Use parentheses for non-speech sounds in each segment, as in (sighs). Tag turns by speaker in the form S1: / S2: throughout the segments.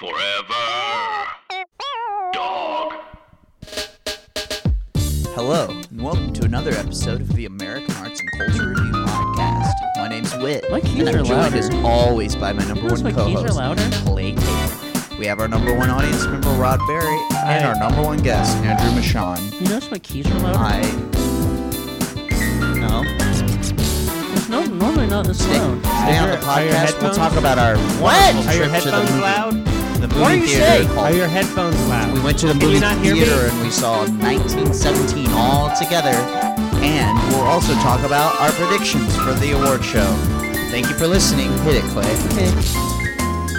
S1: Forever. Dog.
S2: Hello, and welcome to another episode of the American Arts and Culture Review Podcast. My name's Whit,
S3: My keys
S2: and I'm
S3: are
S2: joined
S3: louder.
S2: as always by my number
S3: Notice
S2: one
S3: my keys are
S2: co-host,
S3: louder?
S2: Clay Taylor. We have our number one audience member, Rod Berry, and
S3: Hi.
S2: our number one guest, Andrew Michon.
S3: You notice my keys are loud?
S2: I... No?
S3: It's no, normally not this
S2: Stay,
S3: loud.
S2: stay on
S4: your-
S2: the
S4: are
S2: podcast.
S4: your
S2: We'll
S4: headphones-
S2: talk about our wonderful
S4: Are your
S2: trip to the
S4: headphones
S2: movie.
S4: loud?
S2: The movie
S3: What are you
S2: theater
S3: saying?
S2: called
S4: Are your headphones loud?
S2: We went to the
S4: Can you
S2: movie
S4: not hear me?
S2: theater and we saw 1917 all together. And we'll also talk about our predictions for the award show. Thank you for listening. Hit it, Clay.
S3: Okay.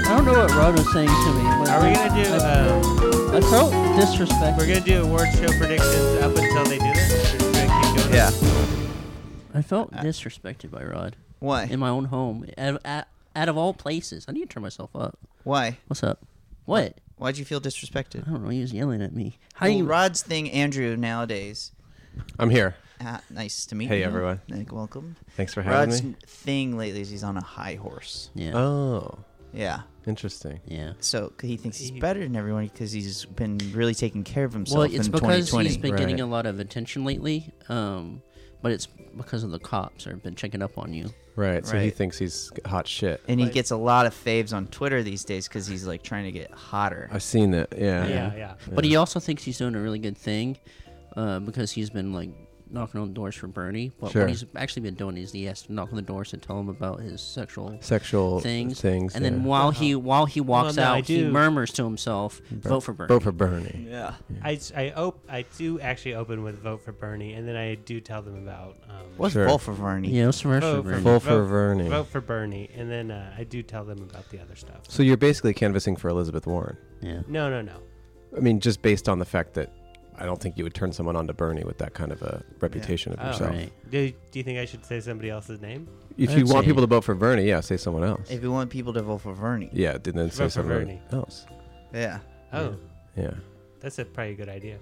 S3: I don't know what Rod was saying to me. But
S4: Are we gonna do?
S3: I,
S4: Um,
S3: I felt disrespect.
S4: we're gonna do award show predictions up until they do this. Or just gonna keep doing
S2: Yeah.
S4: This?
S3: I felt disrespected by Rod
S2: Why?
S3: in my own home. Out, out, out of all places. I need to turn myself up.
S2: Why?
S3: What's up? What?
S2: Why'd you feel disrespected?
S3: I don't know. He was yelling at me. How
S2: Well,
S3: you?
S2: Rod's thing, Andrew, nowadays.
S5: I'm here.
S2: Ah, nice to meet
S5: Hey,
S2: you.
S5: everyone.
S2: Like, welcome.
S5: Thanks for having
S2: Rod's
S5: me.
S2: thing lately is he's on a high horse.
S3: Yeah.
S5: Oh,
S2: Yeah.
S5: interesting.
S3: yeah.
S2: So he thinks he's better than everyone because he's been really taking care of himself
S3: Well, it's
S2: in
S3: because
S2: 2020.
S3: he's been
S5: right.
S3: getting a lot of attention lately. Um, but it's because of the cops have been checking up on you.
S5: Right. So he
S2: Right.
S5: thinks he's hot shit.
S2: and he gets a lot of faves on Twitter these days because he's like trying to get hotter.
S5: I've seen that. Yeah.
S4: Yeah, yeah.
S3: But he also thinks he's doing a really good thing uh, because he's been like knocking on doors for Bernie. But
S5: Sure.
S3: what he's actually been doing is he has to knock on the doors and tell him about his sexual
S5: Sexual
S3: things.
S5: things.
S3: and then
S5: yeah.
S3: while he while he walks
S4: Well, no, I
S3: out, he
S4: do-
S3: murmurs to himself, "Vote for Bernie."
S5: Vote for Bernie.
S2: yeah.
S4: I s- I op- I do actually open with vote for Bernie, and then I do tell them about. Um,
S2: What's
S5: Sure.
S2: Wolf of Vernie?
S3: Yeah, let's vote for Bernie.
S5: Vote for Bernie.
S4: Vote for Bernie, and then uh, I do tell them about the other stuff.
S5: So you're basically canvassing for Elizabeth Warren.
S3: Yeah.
S4: No, no, no.
S5: I mean, just based on the fact that I don't think you would turn someone on to Bernie with that kind of a reputation
S4: Oh.
S5: of yourself.
S3: Right.
S4: Do, do you think I should say somebody else's name?
S5: If
S3: I'd
S5: you want
S3: say-
S5: people to vote for Bernie, yeah, say someone else.
S2: If you want people to vote for Vernie.
S5: yeah, then then
S4: Vote
S5: say
S4: for
S5: someone
S4: Bernie.
S5: else.
S2: Yeah.
S4: Oh,
S5: Yeah.
S4: that's a probably a good idea.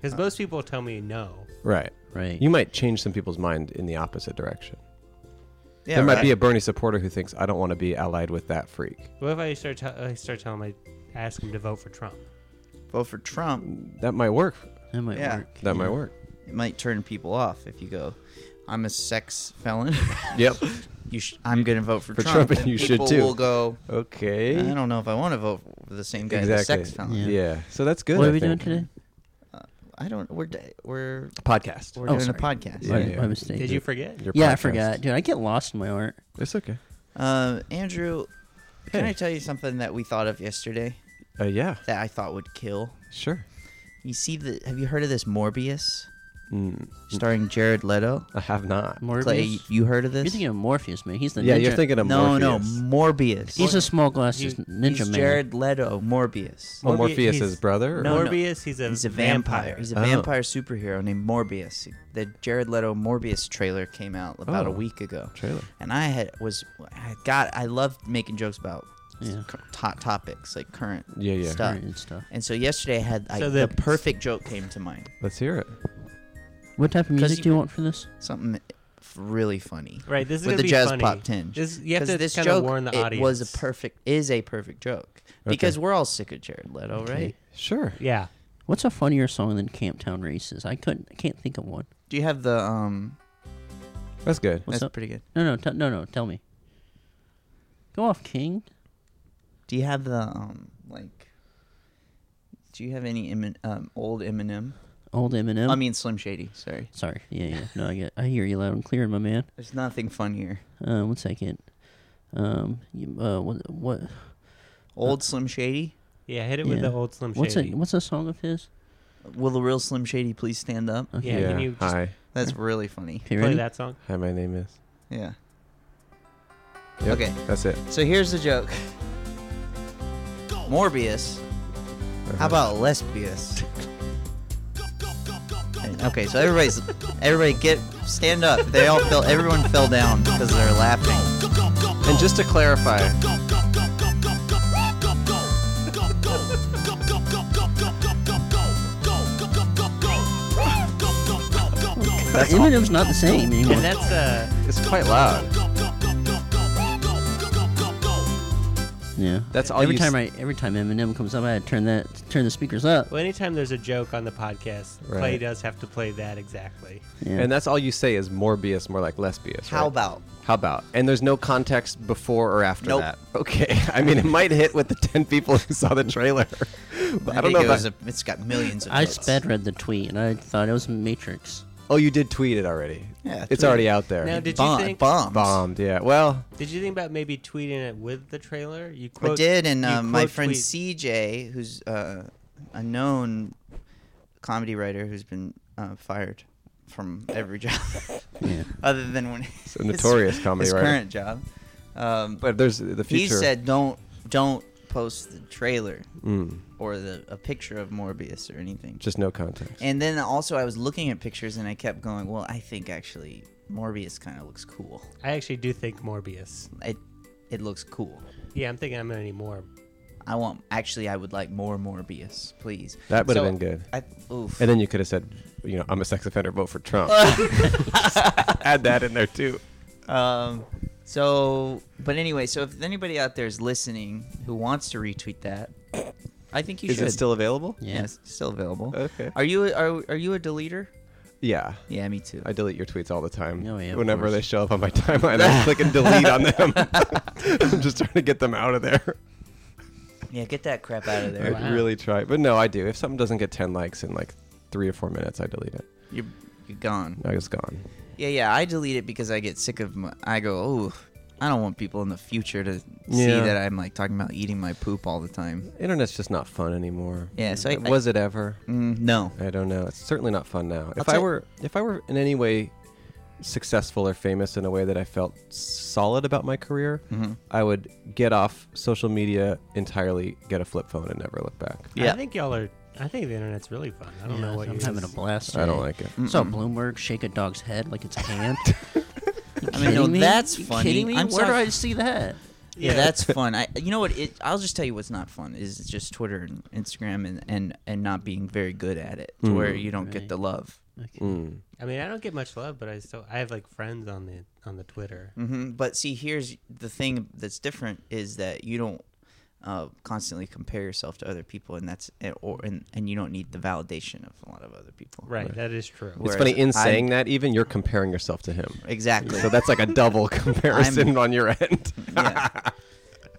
S4: Because most people tell me no.
S5: Right.
S3: Right.
S5: You might change some people's mind in the opposite direction.
S2: yeah
S5: there might
S2: right.
S5: be a Bernie supporter who thinks I don't want to be allied with that freak.
S4: What if I start tell I start telling my ask him to vote for Trump?
S2: vote for Trump.
S5: That might work.
S3: that might
S2: Yeah.
S3: work.
S5: That might work.
S2: It might turn people off if you go. I'm a sex felon. (laughs)
S5: Yep.
S2: you sh- I'm gonna vote for,
S5: For Trump, and you should
S2: people
S5: too.
S2: Will go.
S5: Okay.
S2: I don't know if I want to vote for the same guy as a
S5: exactly.
S2: sex felon.
S5: yeah.
S3: Yeah.
S5: So that's good.
S3: What
S5: I
S3: are we doing today?
S5: think.
S2: I don't. We're d- we're
S5: Podcast.
S2: we're
S3: Oh,
S2: doing
S3: sorry.
S2: a podcast.
S5: Yeah,
S3: My-
S5: yeah.
S3: my mistake.
S4: Did you forget?
S5: Your
S3: yeah, I
S5: podcast.
S3: forgot, dude. I get lost in my art.
S5: It's okay.
S2: Uh, Andrew, can
S5: Hey.
S2: I tell you something that we thought of yesterday
S5: Uh, yeah.
S2: that I thought would kill?
S5: Sure.
S2: You see the? Have you heard of this Morbius?
S5: Mm,
S2: starring Jared Leto.
S5: I have not.
S3: Morbius.
S2: Clay, you heard of
S3: are
S2: this?
S3: thinking of Morpheus, man. He's the
S5: yeah,
S3: ninja.
S5: you're thinking of
S2: no,
S5: Morpheus.
S2: no, Morbius.
S3: He's a small glasses
S4: He's-
S3: ninja
S2: He's
S3: man.
S2: Jared Leto, Morbius.
S5: Oh,
S4: Morbi-
S5: Morpheus'
S4: he's-
S5: brother. or-
S2: No, no.
S4: Morbius, he's a
S2: He's a vampire. He's a
S5: Oh.
S2: vampire superhero named Morbius. The Jared Leto Morbius trailer came out about a
S5: Oh.
S2: week ago,
S5: Trailer.
S2: and I had was I got I loved making jokes about
S3: Yeah.
S2: cur- hot topics like current
S5: Yeah, yeah.
S2: stuff.
S3: Right, and stuff.
S2: And so yesterday I had like,
S4: So
S2: the,
S4: the-
S2: perfect joke came to mind.
S5: Let's hear it.
S3: What type of music
S2: you-
S3: do you want for this?
S2: Something f- really funny.
S4: Right, this is
S2: with
S4: gonna
S2: the
S4: be
S2: jazz
S4: funny.
S2: pop tinge.
S4: This, you have
S2: 'Cause
S4: to
S2: this
S4: kind
S2: joke
S4: of warn the
S2: it
S4: audience.
S2: was a perfect is a perfect joke because we're all sick of Jared Leto, right?
S5: Sure.
S4: Yeah.
S3: What's a funnier song than Camp Town Races? I couldn't. I can't think of one.
S2: Do you have the um?
S5: That's good.
S3: What's
S2: that's
S3: up?
S2: pretty good.
S3: No, no, t- no, no. Tell me. Go off, King.
S2: Do you have the um like? Do you have any Emin- um old Eminem?
S3: Old Eminem.
S5: Um,
S2: I mean Slim Shady. Sorry,
S3: sorry. Yeah, yeah. No, I get. I hear you loud and clear, my man.
S2: there's nothing funnier.
S3: Uh, one second. Um, you, uh, what, what,
S2: Old Slim Shady.
S4: Yeah, hit it with
S3: Yeah.
S4: the old Slim Shady.
S3: what's a, what's a song of his?
S2: Will the real Slim Shady please stand up?
S3: Okay,
S4: Yeah, can you just
S5: Hi.
S2: That's really funny.
S3: Okay,
S4: play
S3: ready?
S4: that song?
S5: Hi, my name is.
S2: Yeah.
S5: Yep,
S2: Okay.
S5: That's it.
S2: So here's the joke.
S1: Go
S2: Morbius.
S5: Uh-huh.
S2: How about Lesbius? Okay, so everybody's everybody get stand up. They all fell. Everyone fell down because they're laughing.
S5: And just to clarify,
S2: That's all.
S3: Eminem's not the same anymore.
S4: And that's uh,
S5: it's quite loud.
S3: yeah.
S5: That's all
S3: every
S5: you
S3: time
S5: s-
S3: I every time Eminem comes up, I had to turn that turn the speakers up.
S4: well, anytime there's a joke on the podcast, Clay
S5: Right.
S4: does have to play that exactly.
S3: Yeah.
S5: And that's all you say is Morbius, more like Lesbius.
S2: How
S5: right?
S2: about?
S5: How about? And there's no context before or after
S2: Nope.
S5: that. Okay. (laughs) I mean, it might hit with the 10 people who saw the trailer. (laughs) But I don't know
S2: think
S5: if
S2: it was
S5: I-
S2: a, it's got millions of.
S3: I
S2: votes.
S3: sped read the tweet and I thought it was Matrix.
S5: Oh, you did tweet it already.
S2: Yeah,
S5: It's
S2: tweet
S5: already
S2: it.
S5: out there.
S4: Now, did
S2: Bomb,
S4: you think?
S2: bombs.
S5: Bombed, yeah. Well,
S4: Did you think about maybe tweeting it with the trailer? You
S2: I
S4: quote,
S2: did, and
S4: you
S2: uh, my
S4: quote
S2: friend
S4: tweet-
S2: CJ, who's uh, a known comedy writer who's been uh, fired from every
S5: (laughs)
S2: job, (laughs) other than when
S5: a notorious comedy
S2: his
S5: writer.
S2: current job. Um,
S5: but there's the future.
S2: he said, "Don't don't post the trailer or the a picture of Morbius or anything."
S5: Mm. just no context.
S2: And then also, I was looking at pictures, and I kept going, "Well, I think actually Morbius kind of looks cool.
S4: I actually do think Morbius.
S2: It it looks cool."
S4: Yeah, I'm thinking I'm gonna need more.
S2: I want actually I would like more Morbius, please.
S5: That would've been good.
S2: I, oof.
S5: And then you could have said, you know, I'm a sex offender, vote for Trump. Add that in there too.
S2: um, so, but anyway, so if anybody out there is listening who wants to retweet that, I think you
S5: Is
S2: should.
S5: it still available?
S3: Yeah.
S2: Yes, it's still available.
S5: Okay.
S2: Are you are are you a deleter?
S5: Yeah.
S2: Yeah, me too.
S5: I delete your tweets all the time.
S3: Oh, yeah, of
S5: Whenever
S3: course.
S5: they show up on my timeline, I just click and delete on them. I'm just trying to get them out of there.
S2: yeah, get that crap out of
S5: I
S2: there.
S4: Wow.
S5: really try, but no, I do. If something doesn't get ten likes in like three or four minutes, I delete it.
S2: (laughs) You're you're gone.
S5: No, it's gone.
S2: Yeah, yeah. I delete it because I get sick of. My, I go, oh, I don't want people in the future to see
S5: Yeah.
S2: that I'm like talking about eating my poop all the time.
S5: Internet's just not fun anymore.
S2: Yeah, so I- I-
S5: was it ever?
S2: Mm, no.
S5: I don't know. It's certainly not fun now. if
S2: tell
S5: I
S2: you-
S5: were, if I were in any way successful or famous in a way that I felt solid about my career,
S2: Mm-hmm.
S5: I would get off social media entirely, get a flip phone, and never look back.
S2: Yeah.
S4: I think y'all are. I think the internet's really fun. I don't know what
S3: I'm
S4: you're
S3: having a blast.
S5: I don't
S3: today.
S5: like it.
S3: I saw Bloomberg shake a dog's head like it's a
S5: (laughs)
S3: hand.
S2: I mean, no,
S3: Kidding me?
S2: that's
S3: You
S2: funny.
S3: Kidding me?
S2: I'm
S3: Where do
S2: sorry.
S3: I see that?
S2: Yeah, that's fun. (laughs) I, you know what? It, I'll just tell you what's not fun is it's just Twitter and Instagram and and, and not being very good at it, to where you don't get
S3: Right.
S2: the love.
S4: I mean, I don't get much love, but I still I have like friends on the on the Twitter.
S2: hmm But see, here's the thing that's different is that you don't uh, constantly compare yourself to other people, and that's and, or and, and you don't need the validation of a lot of other people.
S4: Right, that is true.
S5: It's
S2: Whereas
S5: funny in
S2: I'm-
S5: saying that, even you're comparing yourself to him.
S2: Exactly.
S5: So that's like
S2: (laughs)
S5: a double (laughs) comparison on your end.
S2: yeah.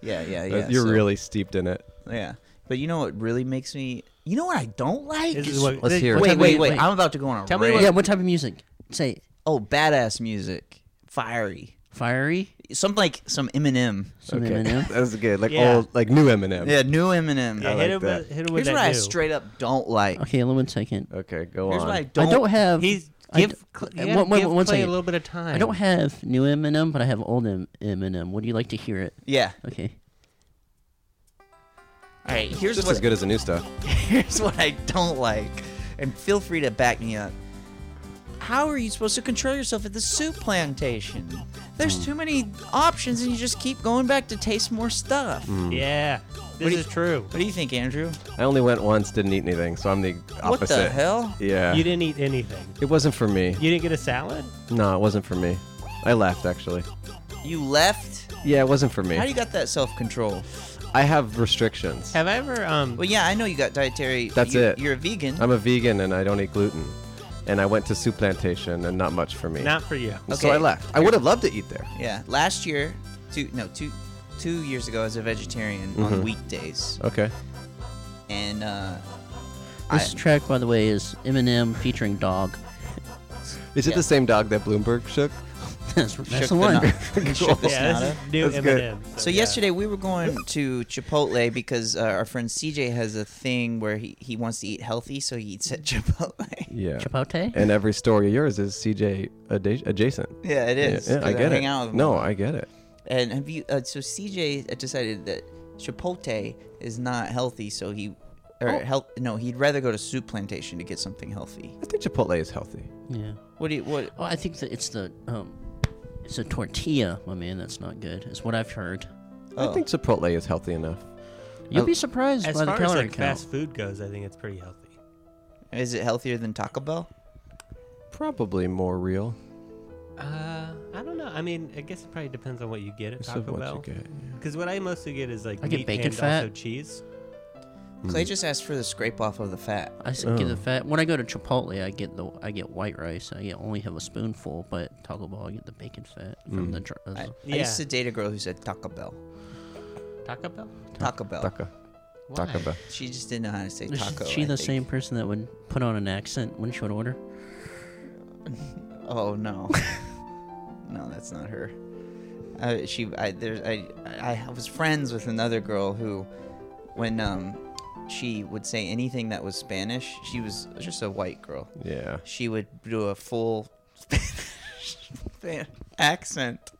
S2: yeah, yeah, yeah.
S5: (laughs) You're
S2: so-
S5: really steeped in it.
S2: yeah. But you know what really makes me? You know what I don't like?
S4: This is what-
S5: Let's
S4: this-
S5: hear it.
S2: wait,
S3: Tell
S2: wait,
S3: me-
S2: wait,
S3: wait.
S2: I'm about to go on a
S4: Tell me
S2: rant.
S4: what-
S3: Yeah, what type of music? Say
S2: Oh, badass music, fiery.
S3: fiery.
S2: Some like some Eminem.
S3: Some
S5: (laughs)
S3: Eminem.
S5: that's good. Like
S4: Yeah.
S5: old, like new Eminem.
S2: Yeah, new Eminem.
S4: Yeah,
S5: I
S4: hit,
S5: like
S4: him with,
S5: that.
S4: hit him with
S2: Here's
S4: that.
S2: what I
S4: new.
S2: straight up don't like.
S3: Okay, one second.
S5: Okay, go
S2: Here's
S5: on.
S2: what I don't.
S3: I don't have.
S4: He's
S3: I
S4: give,
S3: d-
S4: Cl-
S3: uh,
S4: you gotta
S3: one- one-
S4: give
S3: one
S4: Clay a
S3: second.
S4: little bit of time.
S3: I don't have new Eminem, but I have old M- Eminem. Would you like to hear it?
S2: Yeah.
S3: Okay.
S2: All right. Here's
S5: Just
S2: what.
S5: as good as the new stuff.
S2: (laughs) Here's what I don't like, and feel free to back me up. How are you supposed to control yourself at the soup plantation? There's too many options, and you just keep going back to taste more stuff.
S5: Hmm.
S4: Yeah, this
S2: do
S4: is true.
S2: What do you think, Andrew?
S5: I only went once, didn't eat anything, so I'm the opposite.
S2: What the hell?
S5: Yeah.
S4: You didn't eat anything.
S5: It wasn't for me.
S4: You didn't get a salad.
S5: No, it wasn't for me. I left actually.
S2: You left?
S5: Yeah, it wasn't for me.
S2: How do you got that self control?
S5: I have restrictions.
S4: Have I ever? Um,
S2: Well, yeah, I know you got dietary.
S5: That's
S2: you-
S5: it.
S2: You're a vegan.
S5: I'm a vegan and I don't eat gluten. And I went to soup plantation and not much for me.
S4: not for you.
S5: So I
S2: Okay.
S5: left. I would have loved to eat there.
S2: Yeah, last year, two no two two years ago, I was a vegetarian on weekdays,
S5: Okay.
S2: and (laughs) uh,
S3: This
S2: I-
S3: track, by the way, is Eminem featuring Dog. (laughs)
S5: Is it
S2: Yeah.
S5: the same dog that Bloomberg shook?
S3: that's that's
S2: shook
S3: the one.
S2: na- shook the
S4: Yeah, this
S2: snot
S4: is new
S5: That's good.
S4: Eminem.
S2: out.
S4: So,
S2: So
S4: yeah.
S2: yesterday we were going to Chipotle because uh, our friend CJ has a thing where he, he wants to eat healthy, so he eats at (laughs) Chipotle.
S5: Yeah.
S3: Chipote?
S5: And every story of yours is CJ ada- adjacent.
S2: yeah, it is.
S5: Yeah, yeah, I
S2: 'cause
S5: get
S2: hang
S5: it.
S2: Out with him a
S5: no,
S2: lot.
S5: I get it.
S2: And have you? Uh, so CJ decided that Chipotle is not healthy, so he or health no, he'd rather go to soup plantation to get something healthy.
S5: I think Chipotle is healthy.
S3: Yeah.
S2: What do you what
S3: Oh, I think that it's the um, it's a tortilla, my man. That's not good. Is what I've heard.
S2: Oh.
S5: I think Chipotle is healthy enough.
S3: You'd
S5: Oh.
S3: be surprised
S4: As
S3: by the
S4: far as
S3: calorie
S4: like
S3: count.
S4: fast food goes, I think it's pretty healthy.
S2: is it healthier than Taco Bell?
S5: Probably more real.
S4: Uh, I don't know. I mean, I guess it probably depends on what you get at
S5: It's of
S4: Taco
S5: what
S4: Bell.
S5: you
S2: Uh,
S5: get.
S4: Because what I mostly get is like
S3: I get
S4: meat
S3: bacon
S4: and also
S3: fat.
S4: cheese.
S2: Clay
S3: Mm-hmm.
S2: just asked for the scrape off of the fat.
S3: I s- get
S5: Oh.
S3: the fat. When I go to Chipotle, I get the I get white rice. I get, only have a spoonful, but Taco Bell, I get the bacon fat
S5: Mm.
S3: from the. dr- uh,
S2: I, I
S4: Yeah.
S2: used to date a girl who said Taco Bell.
S4: Taco Bell?
S2: Taco Bell.
S5: Taka. Taco Bell.
S2: She just didn't know how to say
S3: Is
S2: taco.
S3: she
S2: I
S3: the
S2: think.
S3: same person that would put on an accent when she would order?
S2: Oh
S3: (laughs)
S2: no, no, that's not her. Uh, she, I, there, I, I was friends with another girl who, when um, she would say anything that was Spanish, she was just a white girl.
S5: Yeah.
S2: She would do a full Spanish (laughs) accent,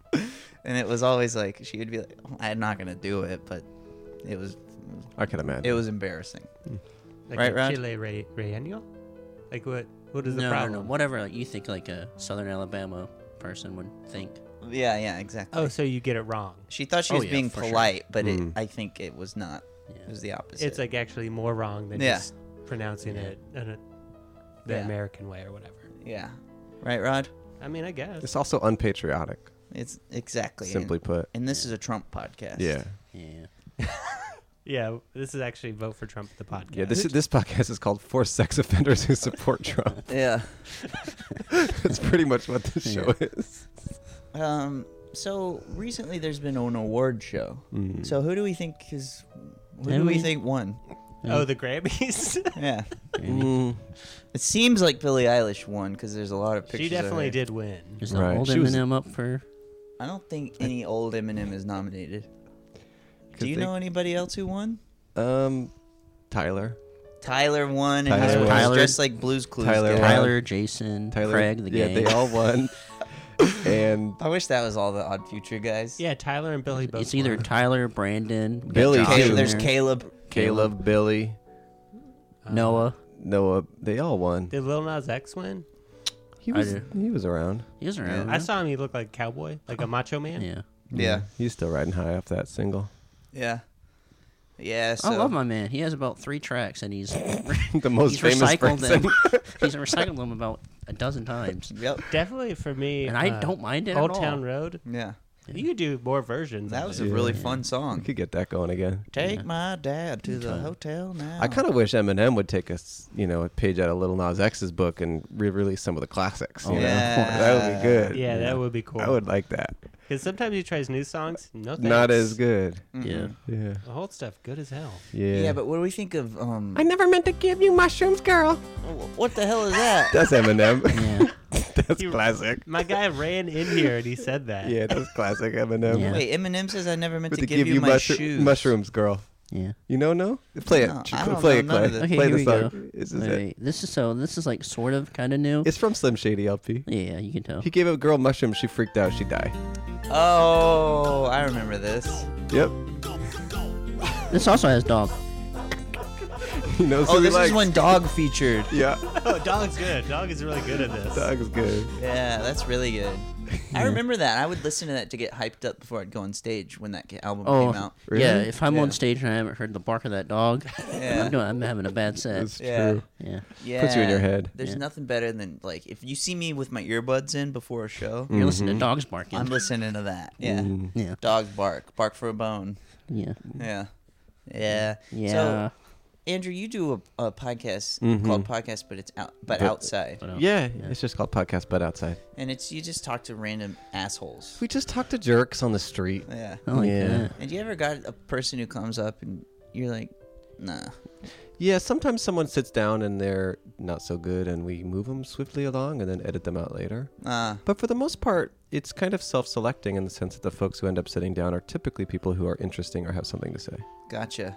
S2: and it was always like she would be like, "Oh, "I'm not gonna do it," but it was,
S5: I can imagine.
S2: it was embarrassing.
S4: Like
S2: Right,
S4: a
S2: Rod?
S4: Chile re- relleno? Like what? What is the
S3: no, no,
S4: problem?
S3: no. Whatever like, you think, like a Southern Alabama person would think.
S2: Yeah, yeah, exactly.
S4: Oh, so you get it wrong.
S2: She thought she
S3: Oh,
S2: was
S3: yeah,
S2: being
S3: for sure.
S2: polite, but
S5: Hmm.
S2: it, I think it was not. It
S3: Yeah.
S2: was the opposite.
S4: It's like actually more wrong than
S2: Yeah.
S4: just pronouncing it in a, the
S2: Yeah.
S4: American way or whatever.
S2: yeah, right, Rod.
S4: I mean, I guess.
S5: It's also unpatriotic,
S2: It's exactly and-
S5: simply put.
S2: And, this is a Trump podcast.
S5: Yeah.
S3: Yeah.
S4: Yeah, this is actually vote for Trump the podcast.
S5: Yeah, this this podcast is called For Sex Offenders
S3: (laughs)
S5: Who Support Trump.
S2: yeah.
S5: That's pretty much what this show is.
S2: Um. So recently, there's been an award show.
S5: Hmm.
S2: So who do we think is? Who do we
S3: Emmy?
S2: think
S3: (laughs)
S2: won?
S4: (laughs) Oh, the Grammys. (laughs)
S2: Yeah.
S5: Mm,
S2: It seems like Billie Eilish won because there's a lot of pictures.
S4: she
S2: of her.
S4: definitely did win.
S3: Is the
S5: Right.
S3: old
S5: She was-
S3: Eminem up for?
S2: I don't think any old Eminem is nominated.
S5: (laughs) 'Cause
S2: Do you
S5: they-
S2: know anybody else who won?
S5: Um, Tyler.
S2: Tyler won, and he
S5: Tyler
S2: was
S5: won.
S2: dressed like Blues Clues.
S5: Tyler
S2: guy.
S5: won.
S3: Tyler, Jason,
S5: Tyler.
S3: Craig, the
S5: yeah,
S3: gang.
S5: they
S3: (laughs)
S5: all won. and
S2: I wish that was all the Odd Future guys.
S4: Yeah, Tyler and Billy both.
S3: It's either
S4: won.
S3: Tyler, Brandon, we got
S5: Billy,
S3: Josh
S2: Caleb,
S5: too.
S3: in
S2: there's
S3: there, Uh,
S2: Caleb.
S5: Caleb, Billy,
S3: Noah.
S5: Noah, they all won.
S4: Did Lil Nas X win?
S5: He
S3: I
S5: was
S3: do.
S5: he was around.
S3: He was around.
S4: I
S3: huh?
S4: saw him. He looked like a cowboy, like a macho man.
S3: Oh. Yeah.
S2: Yeah.
S5: He's still riding high off that single. (laughs)
S2: Yeah. Yeah. So.
S3: I love my man. He has about three tracks, and
S5: (laughs)
S3: he's
S5: the most
S3: he's
S5: famous
S3: recycled them.
S5: person.
S3: (laughs) he's recycled them about a dozen times.
S2: Yep.
S4: Definitely for me. uh,
S3: And I don't mind it at
S4: Old
S3: all.
S4: Town Road.
S2: Yeah.
S4: You could do more versions.
S2: That
S4: of
S2: was
S4: it.
S2: a really fun song.
S5: (laughs) We could get that going again.
S2: Take my dad to the hotel now.
S5: I kind of wish Eminem would take us, you know, a page out of Little Nas X's book and re-release some of the classics. you
S3: Oh,
S5: know?
S2: yeah.
S5: (laughs) that would be good.
S4: Yeah, that would be cool.
S5: I would like that.
S4: Because sometimes he tries new songs. No,
S5: Not
S4: thanks.
S5: as good.
S3: Yeah.
S5: Yeah.
S4: The whole stuff good as hell.
S5: Yeah.
S2: Mm. Yeah, but what do we think of um?
S5: I never meant to give you mushrooms, girl.
S2: What the hell is
S5: (laughs)
S2: that?
S5: That's Eminem.
S2: (laughs)
S3: Yeah.
S5: (laughs) that's
S4: You-
S5: classic.
S4: My guy ran in here and he said that.
S5: (laughs) Yeah, that's classic Eminem.
S3: Yeah.
S2: Wait, Eminem says I never meant
S5: But
S2: to, give, you, my
S5: mushroom-
S2: shoes.
S5: mushrooms, girl. (laughs)
S3: Yeah.
S5: You know, no? Play it.
S2: No,
S5: Ch-
S2: I don't know
S5: Play it,
S2: none
S5: Clay.
S2: of this.
S3: Okay,
S5: Play
S3: here we
S5: the song.
S3: go.
S5: This is it.
S3: Alright, This is so. This is like sort of kind of new.
S5: It's from Slim Shady LP.
S3: yeah, you can tell.
S5: He gave a girl mushrooms. She freaked out. She died.
S2: Oh, I remember this.
S5: Yep. (laughs)
S3: This also has dog.
S5: He knows
S2: Oh,
S5: who
S2: this
S5: he likes.
S2: is when Dog featured.
S5: Yeah.
S4: Oh, Dog's good. Dog is really good at this.
S5: Dog's good.
S2: Yeah, that's really good. I remember that. I would listen to that to get hyped up before I'd go on stage when that ca- album
S3: Oh,
S2: came out.
S3: yeah.
S5: Really?
S3: If I'm on
S2: Yeah.
S3: stage and I haven't heard the bark of that dog,
S5: (laughs)
S2: Yeah.
S3: I'm, doing, I'm having a bad set.
S5: That's
S2: Yeah.
S5: true.
S3: yeah.
S2: Yeah,
S5: Puts you in your head.
S2: There's nothing better than like if you see me with my earbuds in before a show,
S5: Mm.
S3: You're listening
S5: Mm-hmm.
S3: to dogs barking.
S2: I'm listening to that. Yeah,
S3: yeah.
S2: dogs bark, bark for a bone.
S3: Yeah.
S2: Yeah, yeah,
S3: Yeah.
S2: So, Andrew, you do a, a podcast
S5: Mm-hmm.
S2: called Podcast, but it's out, but, outside,
S3: But, uh,
S5: Yeah, it's just called podcast, but outside.
S2: and it's you just talk to random assholes.
S5: We just talk to jerks on the street. (laughs)
S2: Yeah.
S3: I like
S5: Yeah.
S3: that.
S2: And you ever got a person who comes up and you're like, nah,
S5: Yeah, sometimes someone sits down and they're not so good, and we move them swiftly along and then edit them out later.
S2: uh,
S5: But for the most part, it's kind of self selecting in the sense that the folks who end up sitting down are typically people who are interesting or have something to say.
S2: gotcha.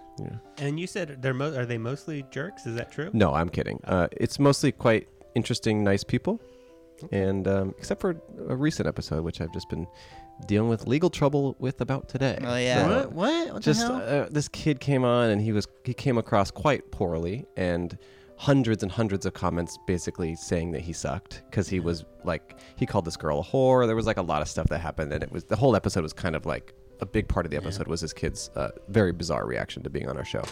S4: And you said they're mo- are they mostly jerks? Is that true?
S5: No, I'm kidding.
S3: Oh.
S5: Uh, it's mostly quite interesting, nice people. And um, except for a recent episode, which I've just been dealing with legal trouble with about today.
S2: Oh, yeah.
S5: So-
S3: What? What? What the
S5: just
S3: hell?
S5: uh, this kid came on and he was he came across quite poorly and hundreds and hundreds of comments basically saying that he sucked because he was like he called this girl a whore there was like a lot of stuff that happened and it was the whole episode was kind of like a big part of the episode was this kid's uh, very bizarre reaction to being on our show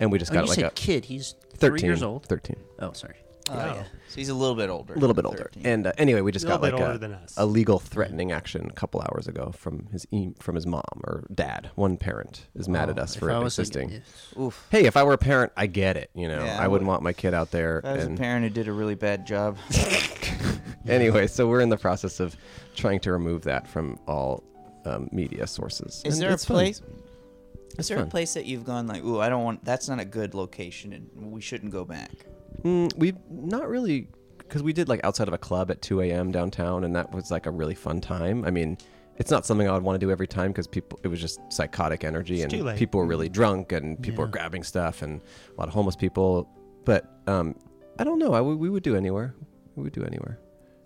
S5: and we just
S3: oh,
S5: got
S3: you
S5: like
S3: said
S5: a
S3: kid. He's three
S5: 13
S3: years old.
S5: 13
S3: Oh, sorry.
S2: yeah. So he's a little bit older.
S5: a little bit older
S2: 13.
S5: and uh, anyway we just
S4: Little
S5: got like
S4: bit older
S5: a,
S4: than us.
S5: a legal threatening action a couple hours ago from his e- from his mom or dad one parent is mad at us
S3: Oh, If
S5: for
S3: I was
S5: existing
S3: thinking-
S2: Oof.
S5: hey, if I were a parent, I get it. You know,
S2: Yeah, I
S5: I wouldn't want my kid out there.
S2: That was a
S5: and-
S2: parent who did a really bad
S5: (laughs)
S2: job.
S5: anyway, so we're in the process of trying to remove that from all um, media sources.
S2: Is
S5: And
S2: there a
S5: it's fun.
S2: place? Is
S5: It's
S2: there a
S5: fun.
S2: place that you've gone like, ooh, I don't want. That's not a good location, and we shouldn't go back.
S5: Mm, we not really because we did like outside of a club at 2 a.m. downtown, and that was like a really fun time. I mean. It's not something I would want to do every time because people. It was just psychotic energy,
S4: too
S5: and
S4: late.
S5: people were
S2: Mm.
S5: really drunk, and people were grabbing stuff, and a lot of homeless people. But um, I don't know. I would we would do anywhere. We would do anywhere.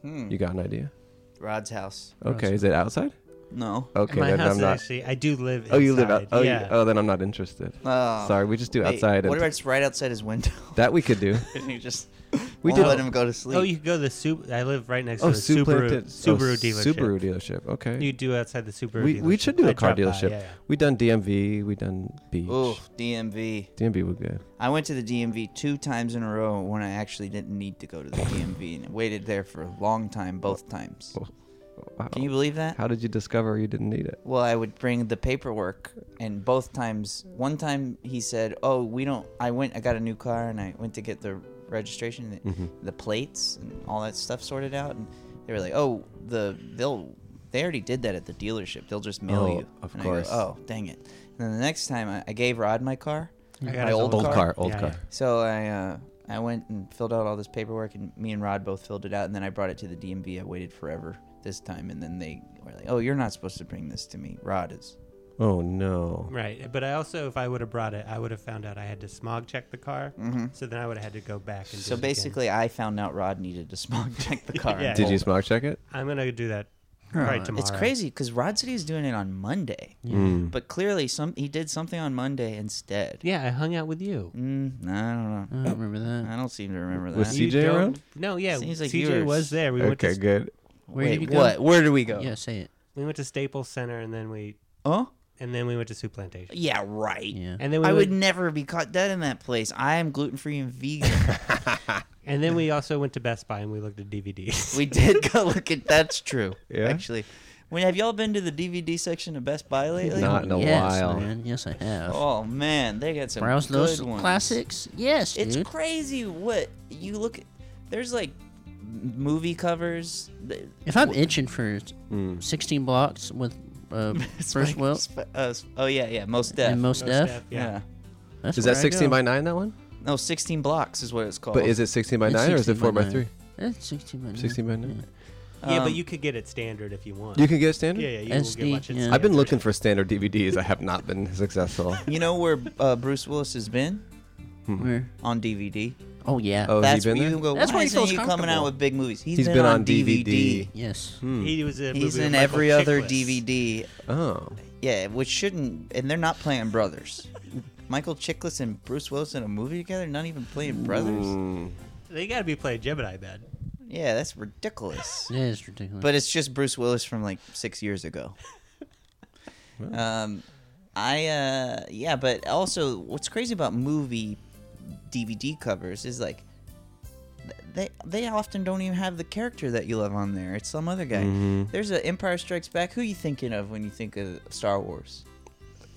S2: Hmm.
S5: You got an idea?
S2: Rod's house.
S5: Okay, is it outside?
S2: No.
S5: Okay,
S3: my
S5: then
S3: house
S5: I'm
S3: is
S5: not.
S4: Actually, I do live.
S5: Oh, you live out.
S4: inside.
S5: Oh,
S4: yeah.
S5: you, oh, then I'm not interested.
S2: Oh.
S5: Sorry, we just do
S2: Wait,
S5: outside.
S2: What
S5: and
S2: if it's right outside his
S5: (laughs)
S2: window? (laughs)
S5: that we could do.
S2: you just
S5: (laughs) We
S2: we
S5: did-
S2: let him go to sleep.
S4: Oh, you could go to the Subaru. I live right next to
S5: oh,
S4: the Subaru,
S5: planted- oh,
S4: Subaru dealership.
S5: Subaru dealership. Okay.
S4: You do outside the Subaru.
S5: we,
S4: dealership.
S5: we should do
S4: I
S5: a car
S4: drop by,
S5: dealership.
S4: yeah, yeah.
S5: We done DMV. We done (laughs) beach.
S2: Ooh, DMV.
S5: DMV was good.
S2: I went to the DMV two times in a row when I actually didn't need to go to the DMV and waited there for a long time both times.
S5: Wow.
S2: Can you believe that?
S5: Oh, How did you discover you didn't need it?
S2: Well, I would bring the paperwork, and both times, one time he said, "Oh, we don't." I went, I got a new car, and I went to get the registration, the,
S5: Mm-hmm.
S2: the plates, and all that stuff sorted out, and they were like, "Oh, the they'll they already did that at the dealership. They'll just mail
S5: Oh,
S2: you."
S5: of
S2: And I go,
S5: course.
S2: oh, dang it! And then the next time, I, I gave Rod my car,
S4: I got
S2: my
S4: his
S2: old,
S5: Old
S2: car.
S5: car. Old
S4: Yeah,
S5: car.
S4: yeah.
S2: So I uh, I went and filled out all this paperwork, and me and Rod both filled it out, and then I brought it to the DMV. I waited forever this time, and then they were like, "Oh, you're not supposed to bring this to me. Rod is."
S5: Oh no.
S4: Right, but I also, if I would have brought it, I would have found out I had to smog check the car. So then I would have had to go back
S2: Mm-hmm.
S4: and.
S2: So
S4: do it again.
S2: basically, I found out Rod needed to (laughs) smog check
S3: (laughs)
S2: the car.
S4: Yeah.
S2: and
S5: Did you
S2: hold
S5: smog check it?
S4: I'm gonna do that
S3: Huh.
S4: right tomorrow.
S2: it. It's crazy because Rod said he was doing it on Monday,
S5: Hmm.
S2: but clearly some he did something on Monday instead.
S4: Yeah, I hung out with you.
S2: Mm, I don't know.
S3: I don't remember that.
S2: I don't seem to remember that.
S5: Was
S4: You
S5: CJ
S4: don't-
S5: around?
S4: No, yeah,
S2: Seems like you
S4: CJ
S2: were-
S4: was there. We went to
S5: Okay, good.
S3: Where
S2: Wait,
S3: did you go?
S2: what? Where do we go?
S3: Yeah, say it.
S4: we went to Staples Center, and then we
S2: Huh?
S4: and then we went to Soup Plantation,
S2: Yeah, right.
S3: Yeah.
S4: and then we
S2: I would
S4: went-
S2: never be caught dead in that place. I am gluten free and vegan.
S4: and then we also went to Best Buy and we looked
S2: (laughs)
S4: at DVDs.
S2: we did go look at. That's true.
S5: Yeah?
S2: Actually, when have y'all been to the DVD section of Best Buy lately?
S5: Not in a
S3: yes,
S5: while.
S3: man. Yes, I have.
S2: Oh man, they got some
S3: Browse
S2: good
S3: those
S2: ones.
S3: classics. Yes,
S2: It's
S3: dude.
S2: crazy what you look. at. There's like m- movie covers. th-
S3: if I'm itching for
S5: Hmm.
S3: 16 blocks with
S2: (laughs)
S3: uh, First
S2: Spike-
S3: Will
S2: Sp- uh, s- oh yeah, yeah. Most death.
S3: and Most
S4: Most
S3: Def,
S4: Def,
S2: yeah.
S4: yeah.
S3: that's
S5: Is
S3: where
S5: that
S3: I
S5: 16
S3: go.
S5: by 9 that one?
S2: No, 16 blocks is what it's called.
S5: But is it 16 by
S3: It's
S5: 9 or is it
S3: 16
S5: 4 by
S3: nine.
S5: 3?
S3: It's 16 by 9.
S5: 16 by 9.
S4: yeah, but
S2: Um,
S4: you could get it standard if you want.
S5: You can get a standard?
S4: yeah, yeah, you will
S3: SD,
S4: get watch it
S3: yeah.
S4: standard.
S5: I've been looking for standard DVDs. I have not been (laughs) successful.
S2: You know where uh, Bruce Willis has been
S3: Where?
S2: on DVD?
S3: Oh, yeah.
S5: Oh,
S2: That's
S5: has he been
S2: where
S5: there?
S2: you can go.
S3: That's
S2: why
S3: where he
S2: isn't
S3: feels
S2: he coming out
S3: comfortable.
S2: with big movies?
S5: He's been on DVD.
S3: Yes.
S2: Hmm.
S4: He was a
S2: He's
S4: movie
S2: in
S4: with Michael
S2: every other
S4: Chiklis.
S2: DVD.
S5: Oh.
S2: Yeah, which shouldn't. And they're not playing brothers. Michael Chiklis and Bruce Willis in a movie together, not even playing brothers.
S4: They got to be playing Gemini Man.
S2: Yeah, that's ridiculous.
S3: That is ridiculous.
S2: but it's just Bruce Willis from like six years ago. um, I uh, yeah, but also what's crazy about movie DVD covers is like th- they they often don't even have the character that you love on there. It's some other guy. There's an Empire Strikes Back. Who you thinking of when you think of Star Wars?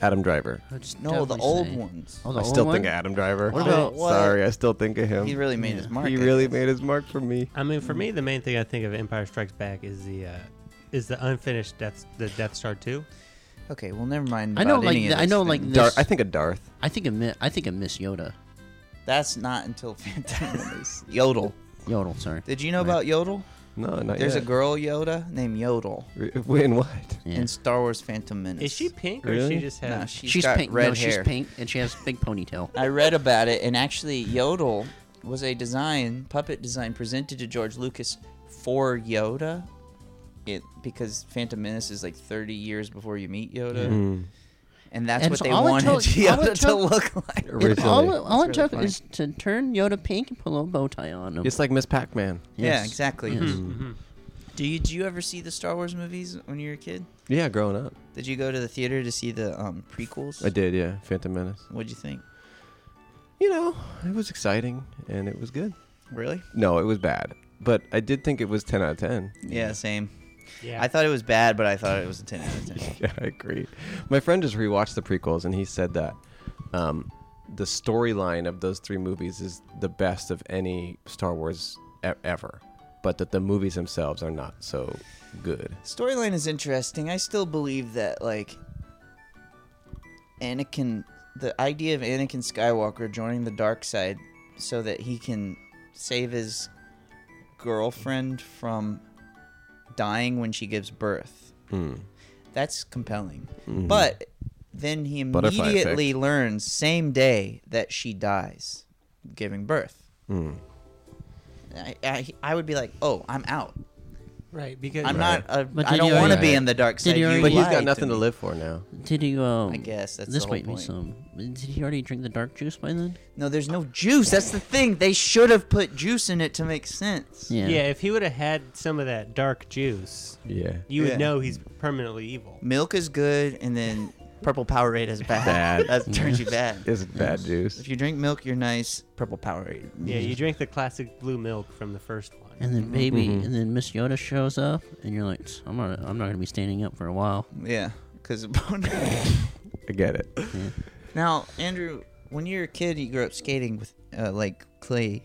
S5: Adam Driver.
S3: It's
S2: No, the
S3: definitely
S2: old
S3: saying-
S2: ones.
S3: Oh, the
S5: I
S3: old
S5: still
S3: one?
S5: think of Adam Driver. Oh,
S2: What about- what?
S5: Sorry, I still think of him.
S2: He really made his mark.
S5: He
S2: I
S5: really
S2: guess.
S5: made his mark for me.
S4: I mean, for me, the main thing I think of Empire Strikes Back is the uh, is the unfinished Death the Death Star two.
S2: Okay, well, never mind.
S3: I know,
S2: about
S3: like,
S2: any of
S3: th- I
S2: this
S3: know,
S2: then.
S3: like, this.
S5: Dar- I think of Darth.
S3: I think of, Mi- I think of Miss Yoda.
S2: that's not until (laughs) Phantom Menace. Yodel.
S3: Yodel, sorry.
S2: Did you know about Yodel?
S5: No, not
S2: There's
S5: yet.
S2: a girl Yoda named Yodel
S5: a girl. In what?
S3: Yeah.
S2: in Star Wars Phantom Menace.
S4: Is she pink or
S5: Really?
S4: is she just has?
S2: No, she's,
S3: she's
S2: got
S3: pink.
S2: red
S3: no,
S2: hair.
S3: she's pink, and she has a big ponytail.
S2: I read about it, and actually, Yodel was a design puppet design presented to George Lucas for Yoda it because Phantom Menace is like 30 years before you meet Yoda,
S5: Hmm.
S2: and that's
S3: And
S2: what
S3: so
S2: they
S3: all it
S2: wanted
S3: took- all it
S2: (laughs) Yoda to
S3: took-
S2: look like.
S3: It, all
S5: Originally.
S3: it- all it
S2: That's really
S3: took
S2: funny.
S3: is to turn Yoda pink and put a little bow tie on him.
S5: It's like Miss Pac-Man.
S2: Yeah,
S3: Yes.
S2: exactly.
S3: Yes.
S4: Mm-hmm.
S2: Do you do you ever see the Star Wars movies when you were a kid?
S5: Yeah, growing up,
S2: Did you go to the theater to see the um, prequels?
S5: I did. Yeah, Phantom Menace.
S2: What'd you think?
S5: You know, it was exciting and it was good.
S2: Really?
S5: No, it was bad, but I did think it was 10 out of 10.
S2: Yeah, same.
S4: Yeah.
S2: I thought it was bad, but I thought it was a 10 out of 10.
S5: (laughs) Yeah, I agree. My friend just rewatched the prequels and he said that um, the storyline of those three movies is the best of any Star Wars e- ever, but that the movies themselves are not so good.
S2: Storyline is interesting. I still believe that, like, Anakin, the idea of Anakin Skywalker joining the dark side so that he can save his girlfriend from dying when she gives birth. That's compelling. But then he
S5: Butterfly
S2: immediately learns, same day, that she dies giving birth. I, I, I would be like, oh, I'm out.
S4: right. Because
S2: I'm not. A,
S3: But
S2: I
S3: did
S2: don't
S3: you
S2: want to
S3: already-
S2: be in the dark
S3: Did
S2: side.
S3: you
S2: You
S3: already-
S5: But he's
S2: lied
S5: got nothing to
S2: me.
S5: live for now.
S3: Did he? Um,
S2: I guess that's
S3: this
S2: the whole
S3: might be
S2: point.
S3: some. Did he already drink the dark juice by then?
S2: No, there's no juice. That's the thing. They should have put juice in it to make sense.
S4: yeah. if he would have had some of that dark juice,
S2: (laughs)
S5: Yeah.
S4: you would
S2: Yeah. Mm-hmm.
S4: know he's permanently evil.
S2: Milk is good, and then purple Powerade is bad. (laughs)
S5: Bad.
S2: that turns you bad. (laughs)
S5: (laughs) Is bad juice.
S2: If you drink milk, you're nice. Purple Powerade.
S4: Yeah, you drink the classic blue milk from the first one.
S3: And then baby, and then Miss Yoda shows up, and you're like, I'm not, I'm not gonna be standing up for a while.
S2: Yeah, because
S5: I get it.
S2: (laughs) now Andrew, when you were a kid, you grew up skating with uh, like clay.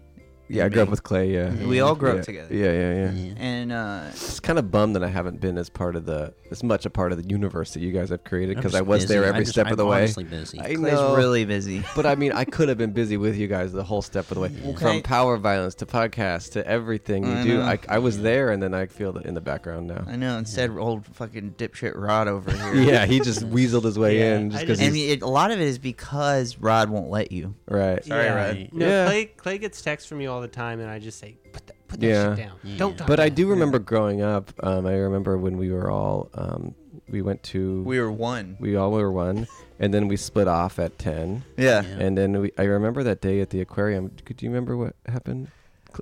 S5: Yeah, I grew up with Clay. Yeah.
S2: We all grew up
S5: Yeah.
S2: together.
S5: Yeah, yeah, yeah.
S2: And uh,
S5: It's kind of bummed that I haven't been as part of the as much a part of the universe that you guys have created
S3: I'm
S5: because I
S3: just
S5: was
S3: busy.
S5: there
S3: I'm
S5: every
S3: just-
S5: step
S3: I'm
S5: of the way.
S3: honestly busy.
S5: I
S2: Clay's
S5: know.
S2: really busy.
S5: But I mean, I could have been busy with you guys the whole step of the way, from
S2: Okay.
S5: power violence to podcast to everything you
S2: I
S5: do.
S2: know.
S5: I, I was there, and then I feel that in the background now. (laughs)
S2: I know. Instead, old fucking dipshit Rod over here.
S5: Yeah, he just weaseled his way
S4: Yeah,
S5: in just
S4: I
S5: because.
S4: just-
S2: And it, a lot of it is because Rod won't let you.
S5: Right.
S4: yeah.
S2: Rod.
S4: No,
S5: Yeah.
S4: Clay, Clay gets texts from me all the time, and I just say, put that, put that
S5: Yeah.
S4: shit down. Don't talk
S5: But
S4: to
S5: I
S4: him."
S5: do remember growing up. Um, I remember when we were all um, we went to we,
S2: We were one.
S5: all were one, and then we split off at ten.
S2: Yeah.
S5: And then we, I remember that day at the aquarium. Could you remember what happened,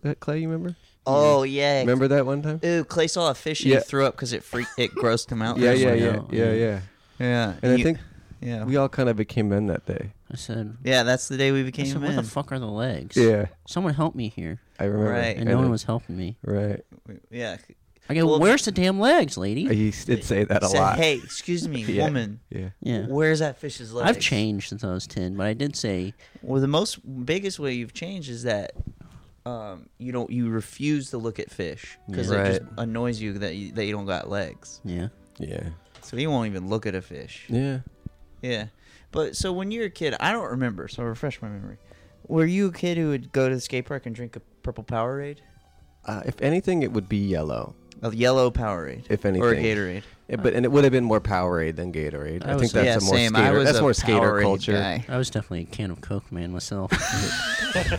S5: Cl- uh, Clay? You remember?
S2: Oh yeah.
S5: Remember that one time?
S2: Ooh, Clay saw a fish and
S5: Yeah.
S2: he threw up because it freaked. It grossed him out.
S5: (laughs) Yeah,
S2: or
S5: yeah,
S2: something.
S5: yeah,
S3: out,
S5: yeah,
S3: yeah.
S5: yeah.
S2: Yeah.
S5: And I
S2: you-
S5: think
S2: Yeah.
S5: we all kind of became men that day.
S3: I said,
S2: yeah. That's the day we
S3: I
S2: became
S3: said,
S2: men.
S3: what the fuck are the legs?
S5: Yeah,
S3: Someone help me here.
S5: I remember.
S2: Right.
S3: And no one was helping me.
S2: (laughs)
S5: Right.
S2: Yeah.
S3: I go,
S2: Well-
S3: where's the damn legs, lady?
S5: He s- did say that a
S2: Said,
S5: lot.
S2: hey, excuse me,
S5: (laughs) Yeah.
S2: woman.
S5: Yeah.
S3: yeah.
S2: Where's that fish's leg?
S3: I've changed since I was ten, but I did say
S2: Well, the most biggest way you've changed is that um, you don't you refuse to look at fish because
S5: Yeah.
S2: it just
S5: Right.
S2: annoys you that you, that you don't got legs.
S3: yeah.
S5: Yeah.
S2: So he won't even look at a fish.
S5: Yeah.
S2: Yeah. But so when you were a kid, I don't remember, so refresh my memory. Were you a kid who would go to the skate park and drink a purple Powerade?
S5: Uh, if anything, it would be yellow.
S2: A yellow Powerade.
S5: If
S2: Or a
S5: anything.
S2: Gatorade.
S5: Yeah, but and it would have been more Powerade than Gatorade.
S3: I
S5: I, think
S3: was-
S5: that's
S2: yeah,
S5: a more
S2: same. Uh, I
S5: skater.
S2: was
S5: That's
S2: a
S5: more skater
S2: Powerade
S5: culture.
S2: guy.
S3: I was definitely a can of Coke man
S4: (laughs)
S3: myself.
S4: Mm,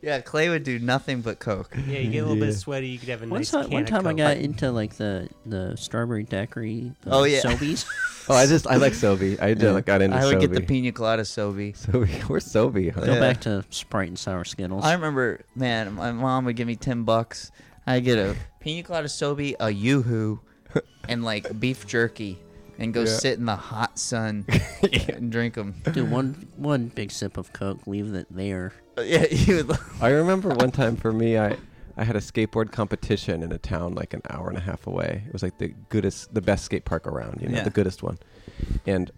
S2: Yeah, Clay would do nothing but Coke.
S4: Yeah, you get a little bit sweaty. You could have a
S3: one
S4: nice
S3: time,
S4: can
S3: one
S4: of
S3: time I
S4: Coke.
S3: got into like the the strawberry daiquiri. Uh,
S2: Oh, yeah. (laughs)
S3: Sobeys.
S5: Oh, I just I like Sobe. I did, got into
S2: I would get the
S5: Sobe.
S2: pina colada Sobe.
S5: Sobe. (laughs) We're Sobe, huh?
S3: Go
S2: Yeah.
S3: back to Sprite and sour Skittles.
S2: I remember, man, my mom would give me 10 bucks. I get a pina colada Sobe, a
S5: (laughs)
S2: Yoo-Hoo, and like beef jerky and go
S5: Yeah.
S2: sit in the hot
S5: (laughs)
S2: sun and drink them.
S3: Do one one big sip of Coke, leave it there.
S2: Yeah, you would.
S5: I remember one time for me, I I had a skateboard competition in a town like an hour and a half away. It was like the goodest, the best skate park around, you know,
S2: Yeah.
S5: the goodest one. And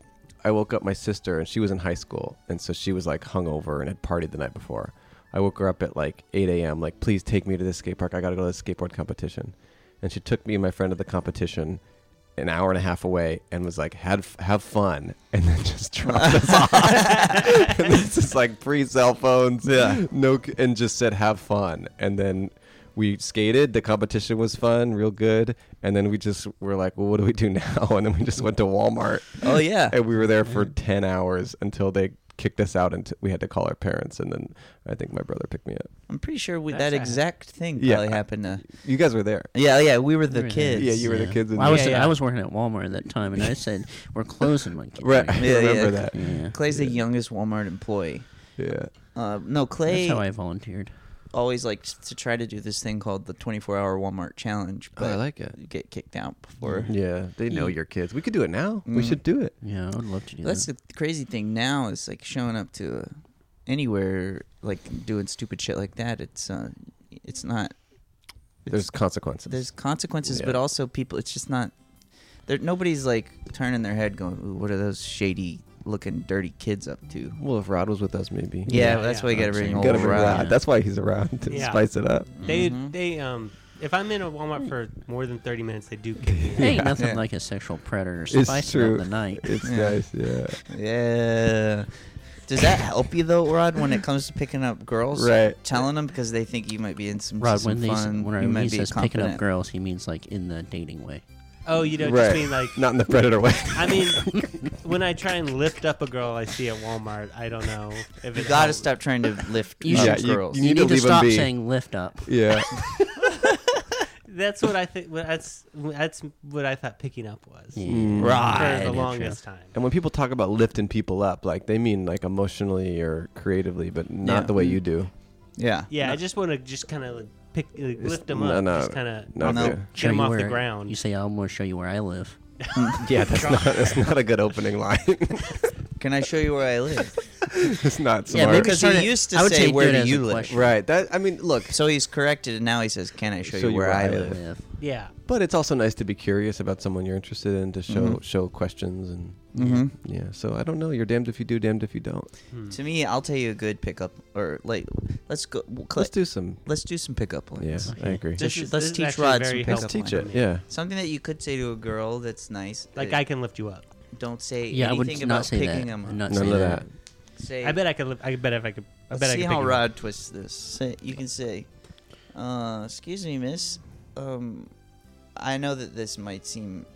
S5: I woke up my sister, and she was in high school, and so she was like hungover and had partied the night before. I woke her up at like 8 a.m. Like, please take me to this skate park. I gotta go to this skateboard competition. And she took me and my friend to the competition. An hour and a half away, and was like, "Had have fun," (laughs) and then just (laughs) dropped us off. (laughs) and it's just like pre cell phones, yeah. No, c- and just said, "Have fun," and then we skated. The competition was fun, real good, and then we just were like, "Well, what (laughs) do we do now?" And then we just went to Walmart,
S2: Oh, yeah.
S5: and we were there for ten hours until they kicked us out and we had to call our parents and then I think my brother picked me up.
S2: I'm pretty sure we,
S3: That's
S2: that
S3: a-
S2: exact thing
S5: Yeah.
S2: probably happened to.
S5: You guys were there.
S2: Yeah, yeah, we were the
S3: Remember that?
S2: kids.
S5: Yeah, you were the kids in
S3: Well, I was
S2: Yeah, yeah.
S3: I was working at Walmart at that time,
S2: (laughs)
S3: and I said we're closing my kitchen.
S5: Right. (laughs) I
S2: Yeah,
S5: remember
S2: yeah.
S5: that.
S3: Yeah.
S2: Clay's the youngest Walmart employee.
S5: Yeah.
S2: Uh, no,
S3: That's
S2: Clay
S3: how I volunteered.
S2: always likes to try to do this thing called the 24-hour Walmart challenge,
S3: Oh,
S2: but
S5: like it.
S2: you get kicked out before.
S5: Yeah. They know your kids. We could do it now. We
S2: Mm.
S5: should do it.
S3: Yeah, I would love to do
S2: That's
S3: that.
S2: the crazy thing now is like showing up to uh, anywhere, like doing stupid shit like that. It's uh, it's not. It's,
S5: There's consequences.
S2: there's consequences,
S5: Yeah.
S2: but also people. It's just not. There, nobody's like turning their head, going, Ooh, "What are those shady looking, dirty kids up to?"
S5: well, if Rod was with us, maybe.
S2: Yeah,
S4: Yeah,
S2: that's
S4: yeah.
S2: why you got to
S3: That's
S2: bring
S3: it.
S2: old
S5: Gotta bring
S2: Rod.
S5: Rod. That's why he's around to
S4: Yeah.
S5: spice it up.
S4: They
S2: Mhm.
S4: they um if I'm in a Walmart for more than thirty minutes, they do kick
S5: (laughs)
S4: me. out.
S3: Ain't nothing
S2: Yeah.
S3: like a sexual predator
S5: It's
S3: spicing
S5: true.
S3: up the night.
S5: It's
S2: Yeah.
S5: nice. Yeah.
S2: (laughs) Yeah. Does that help you though, Rod, when it comes to picking up girls?
S5: Right.
S2: Telling them because they think you might be in some,
S3: Rod,
S2: some
S3: when, they,
S2: fun.
S3: when
S2: you
S3: he
S2: might be
S3: says picking up
S2: competent.
S3: girls, he means like in the dating way.
S4: Oh, you don't
S5: right.
S4: just mean like
S5: Not in the
S2: (laughs)
S5: predator way.
S4: I mean when I try and lift up a girl I see at Walmart, I don't know if
S2: You
S4: it
S2: gotta
S4: helps.
S2: stop trying to lift
S3: You
S2: up
S3: should-
S5: Yeah, you-
S2: girls.
S5: you- need to leave 'em
S3: stop
S5: be.
S3: saying lift up.
S2: (laughs)
S5: yeah.
S4: That's what I think. That's that's what I thought picking up was
S5: Ah,
S2: Right.
S4: for
S3: Yeah,
S4: the longest time.
S5: And when people talk about lifting people up, like they mean like emotionally or creatively, but not
S2: Yeah.
S5: the way you do.
S2: yeah.
S4: Yeah, I just want to just kind of like pick, like lift them
S5: no,
S4: up,
S5: no,
S4: just kind of
S5: not
S2: No.
S5: fair.
S4: get them
S3: you
S4: off
S3: where,
S4: the ground.
S3: You say, I'm going to show you where I live.
S5: Yeah, that's not, that's not a good opening line. (laughs)
S2: Can I show you where I live? (laughs)
S5: it's not
S3: Yeah,
S5: smart.
S3: maybe
S2: Because
S3: Sorry.
S2: he used to
S3: I would
S2: say,
S3: say
S2: "Where
S3: do it
S2: do
S3: as
S2: you
S3: a
S2: live?"
S4: (laughs)
S3: question.
S5: right. That I mean, look,
S2: So he's corrected, and now he says, "Can I show, you where, I live?"
S3: Live.
S4: yeah,
S5: but it's also nice to be curious about someone you're interested in to show
S2: Mm-hmm.
S5: show questions and yeah. So I don't know. You're damned if you do, damned if you don't.
S2: To me, I'll tell you a good pickup, or like, let's go.
S5: Let's
S2: Let's do.
S5: do some.
S2: Let's do some pickup lines.
S5: Yeah, I agree.
S2: Just-
S4: This is-
S2: let's
S4: this is
S2: teach
S4: actually
S2: Rod
S4: very
S2: some pickup
S4: helpful
S5: Let's teach
S2: lines.
S5: it. Yeah.
S2: Something that you could say to a girl that's nice.
S4: like
S2: uh,
S4: I can lift you up.
S2: Don't say
S3: Yeah, I
S2: anything
S3: would
S2: about
S3: not say
S2: picking
S3: that.
S2: them up.
S3: I'd Not
S5: None
S3: say
S5: of that.
S2: Say,
S4: I bet I could. Lift, I bet if I could. I
S2: let's
S4: bet I
S2: see
S4: could
S2: how
S4: pick 'em up.
S2: Rod twists this. Say, you can say, uh, "Excuse me, miss. Um, I know that this might seem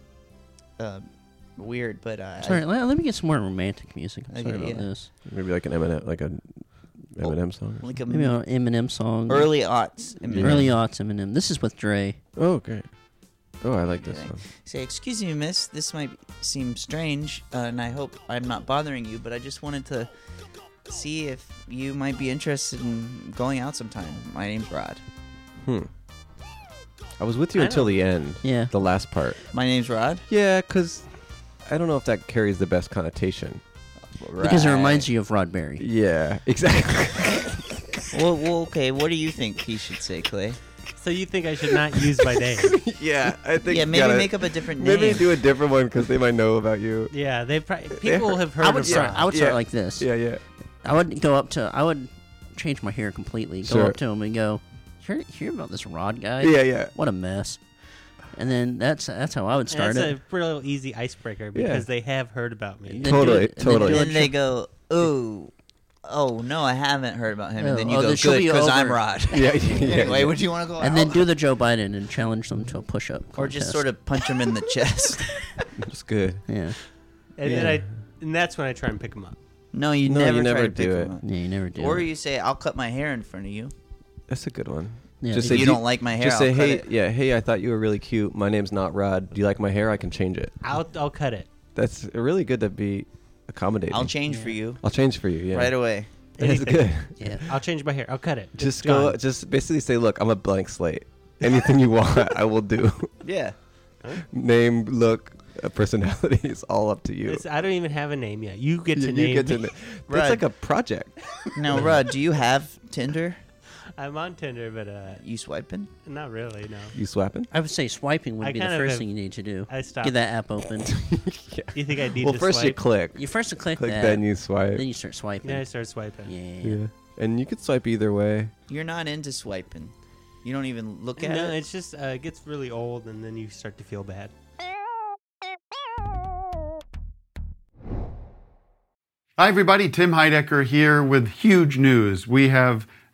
S2: uh, weird, but uh,
S3: Sorry, let, let me get some more romantic music. I'm sorry
S2: Okay,
S3: about
S2: yeah.
S3: this.
S5: Maybe like an Eminem, like an
S2: Oh.
S5: Eminem song.
S2: I, like a
S3: Maybe an Eminem song.
S2: early aughts."
S5: Yeah.
S3: Early aughts Eminem. This is with Dre.
S5: Oh, great. Oh, I like this
S2: Yeah.
S5: one.
S2: Say, excuse me, miss, this might seem strange, uh, and I hope I'm not bothering you, but I just wanted to see if you might be interested in going out sometime. My name's Rod.
S5: Hmm. I was with you
S4: I
S5: until the end.
S3: Yeah.
S5: The last part.
S2: My name's Rod?
S5: Yeah, because I don't know if that carries the best connotation.
S3: Because it reminds you of Rod Berry.
S5: Yeah, (laughs) exactly.
S2: Well, well, okay, what do you think he should say, Clay?
S4: So you think I should not use
S2: (laughs)
S4: my name?
S5: yeah, I think.
S2: Yeah,
S5: you
S2: maybe
S5: gotta-
S2: make up a different name.
S5: Maybe do a different one because they might know about you.
S4: Yeah, they probably people have heard
S3: I would
S4: of
S3: start.
S4: Rod.
S3: I would start
S5: Yeah.
S3: like this.
S5: Yeah, yeah.
S3: I would go up to. I would change my hair completely. Go
S5: Sure.
S3: up to him and go, "Hear, hear about this Rod guy?
S5: Yeah, yeah. (laughs)
S3: What a mess." And then that's that's how I would
S4: And
S3: start
S4: that's
S3: it.
S4: a real easy icebreaker because they have heard about me.
S3: Then do
S5: Totally,
S3: it- and then
S5: totally.
S3: do it
S2: And they go, ooh, oh, no, I haven't heard about him.
S3: Oh,
S2: and then you
S3: oh,
S2: go,
S3: this should
S2: good,
S3: be
S2: because I'm
S3: over.
S2: Rod.
S5: (laughs)
S2: (laughs)
S5: Yeah, yeah, yeah,
S2: anyway,
S5: yeah.
S2: would you want to go
S3: And
S2: out?
S3: then do the Joe Biden and challenge them to a push-up.
S2: or just sort of punch him in the chest.
S5: That's good.
S3: Yeah.
S4: And then I, and that's when I try and pick them up.
S2: No, you
S5: No, you
S2: never, try
S5: never
S2: to pick
S5: do
S2: him
S5: it.
S2: up.
S3: Yeah, you never do.
S2: Or
S3: it.
S2: you say, I'll cut my hair in front of you.
S5: That's a good one.
S3: Yeah.
S5: Just
S3: If
S5: say,
S2: you
S5: "Do
S2: don't like my hair,
S5: Just say,
S2: I'll cut
S5: hey,
S2: it."
S5: yeah, hey, I thought you were really cute. My name's not Rod. Do you like my hair? I can change it.
S4: I'll I'll cut it.
S5: That's really good to be accommodating.
S2: I'll change for you
S5: I'll change for you. Yeah, (laughs)
S2: right away.
S5: That's
S4: Anything.
S5: good.
S3: yeah.
S4: I'll change my hair. I'll cut it.
S5: Just
S4: It's
S5: go.
S4: gone.
S5: Just basically say, look, I'm a blank slate. Anything you want, I will do.
S2: Yeah.
S5: Name, look, uh, personality is all up to you.
S4: It's- I don't even have a name yet. You get to
S5: you, you
S4: name.
S5: get to.
S4: me. (laughs)
S5: na-
S2: Right.
S5: That's like a project.
S2: Now, Rod, do you have Tinder?
S4: (laughs) I'm on Tinder, but uh,
S2: You swiping?
S4: not really. No.
S5: You swapping?
S3: I would say swiping would
S4: I
S3: be the
S4: kind of
S3: first
S4: have-
S3: thing you need to do.
S4: I stopped.
S3: Get that
S2: (laughs)
S3: app open.
S4: You think I need
S5: Well,
S4: to
S5: first you
S4: swipe?
S5: click.
S3: you first click,
S5: click,
S3: that,
S5: then you swipe.
S3: then you start swiping.
S4: Then I
S3: Yeah.
S4: start swiping.
S5: yeah. And you could swipe either way.
S2: You're not into swiping. You don't even look at
S4: No,
S2: it.
S4: it's just uh, it gets really old, and then you start to feel bad.
S6: Hi, everybody. Tim Heidecker here with huge news. We have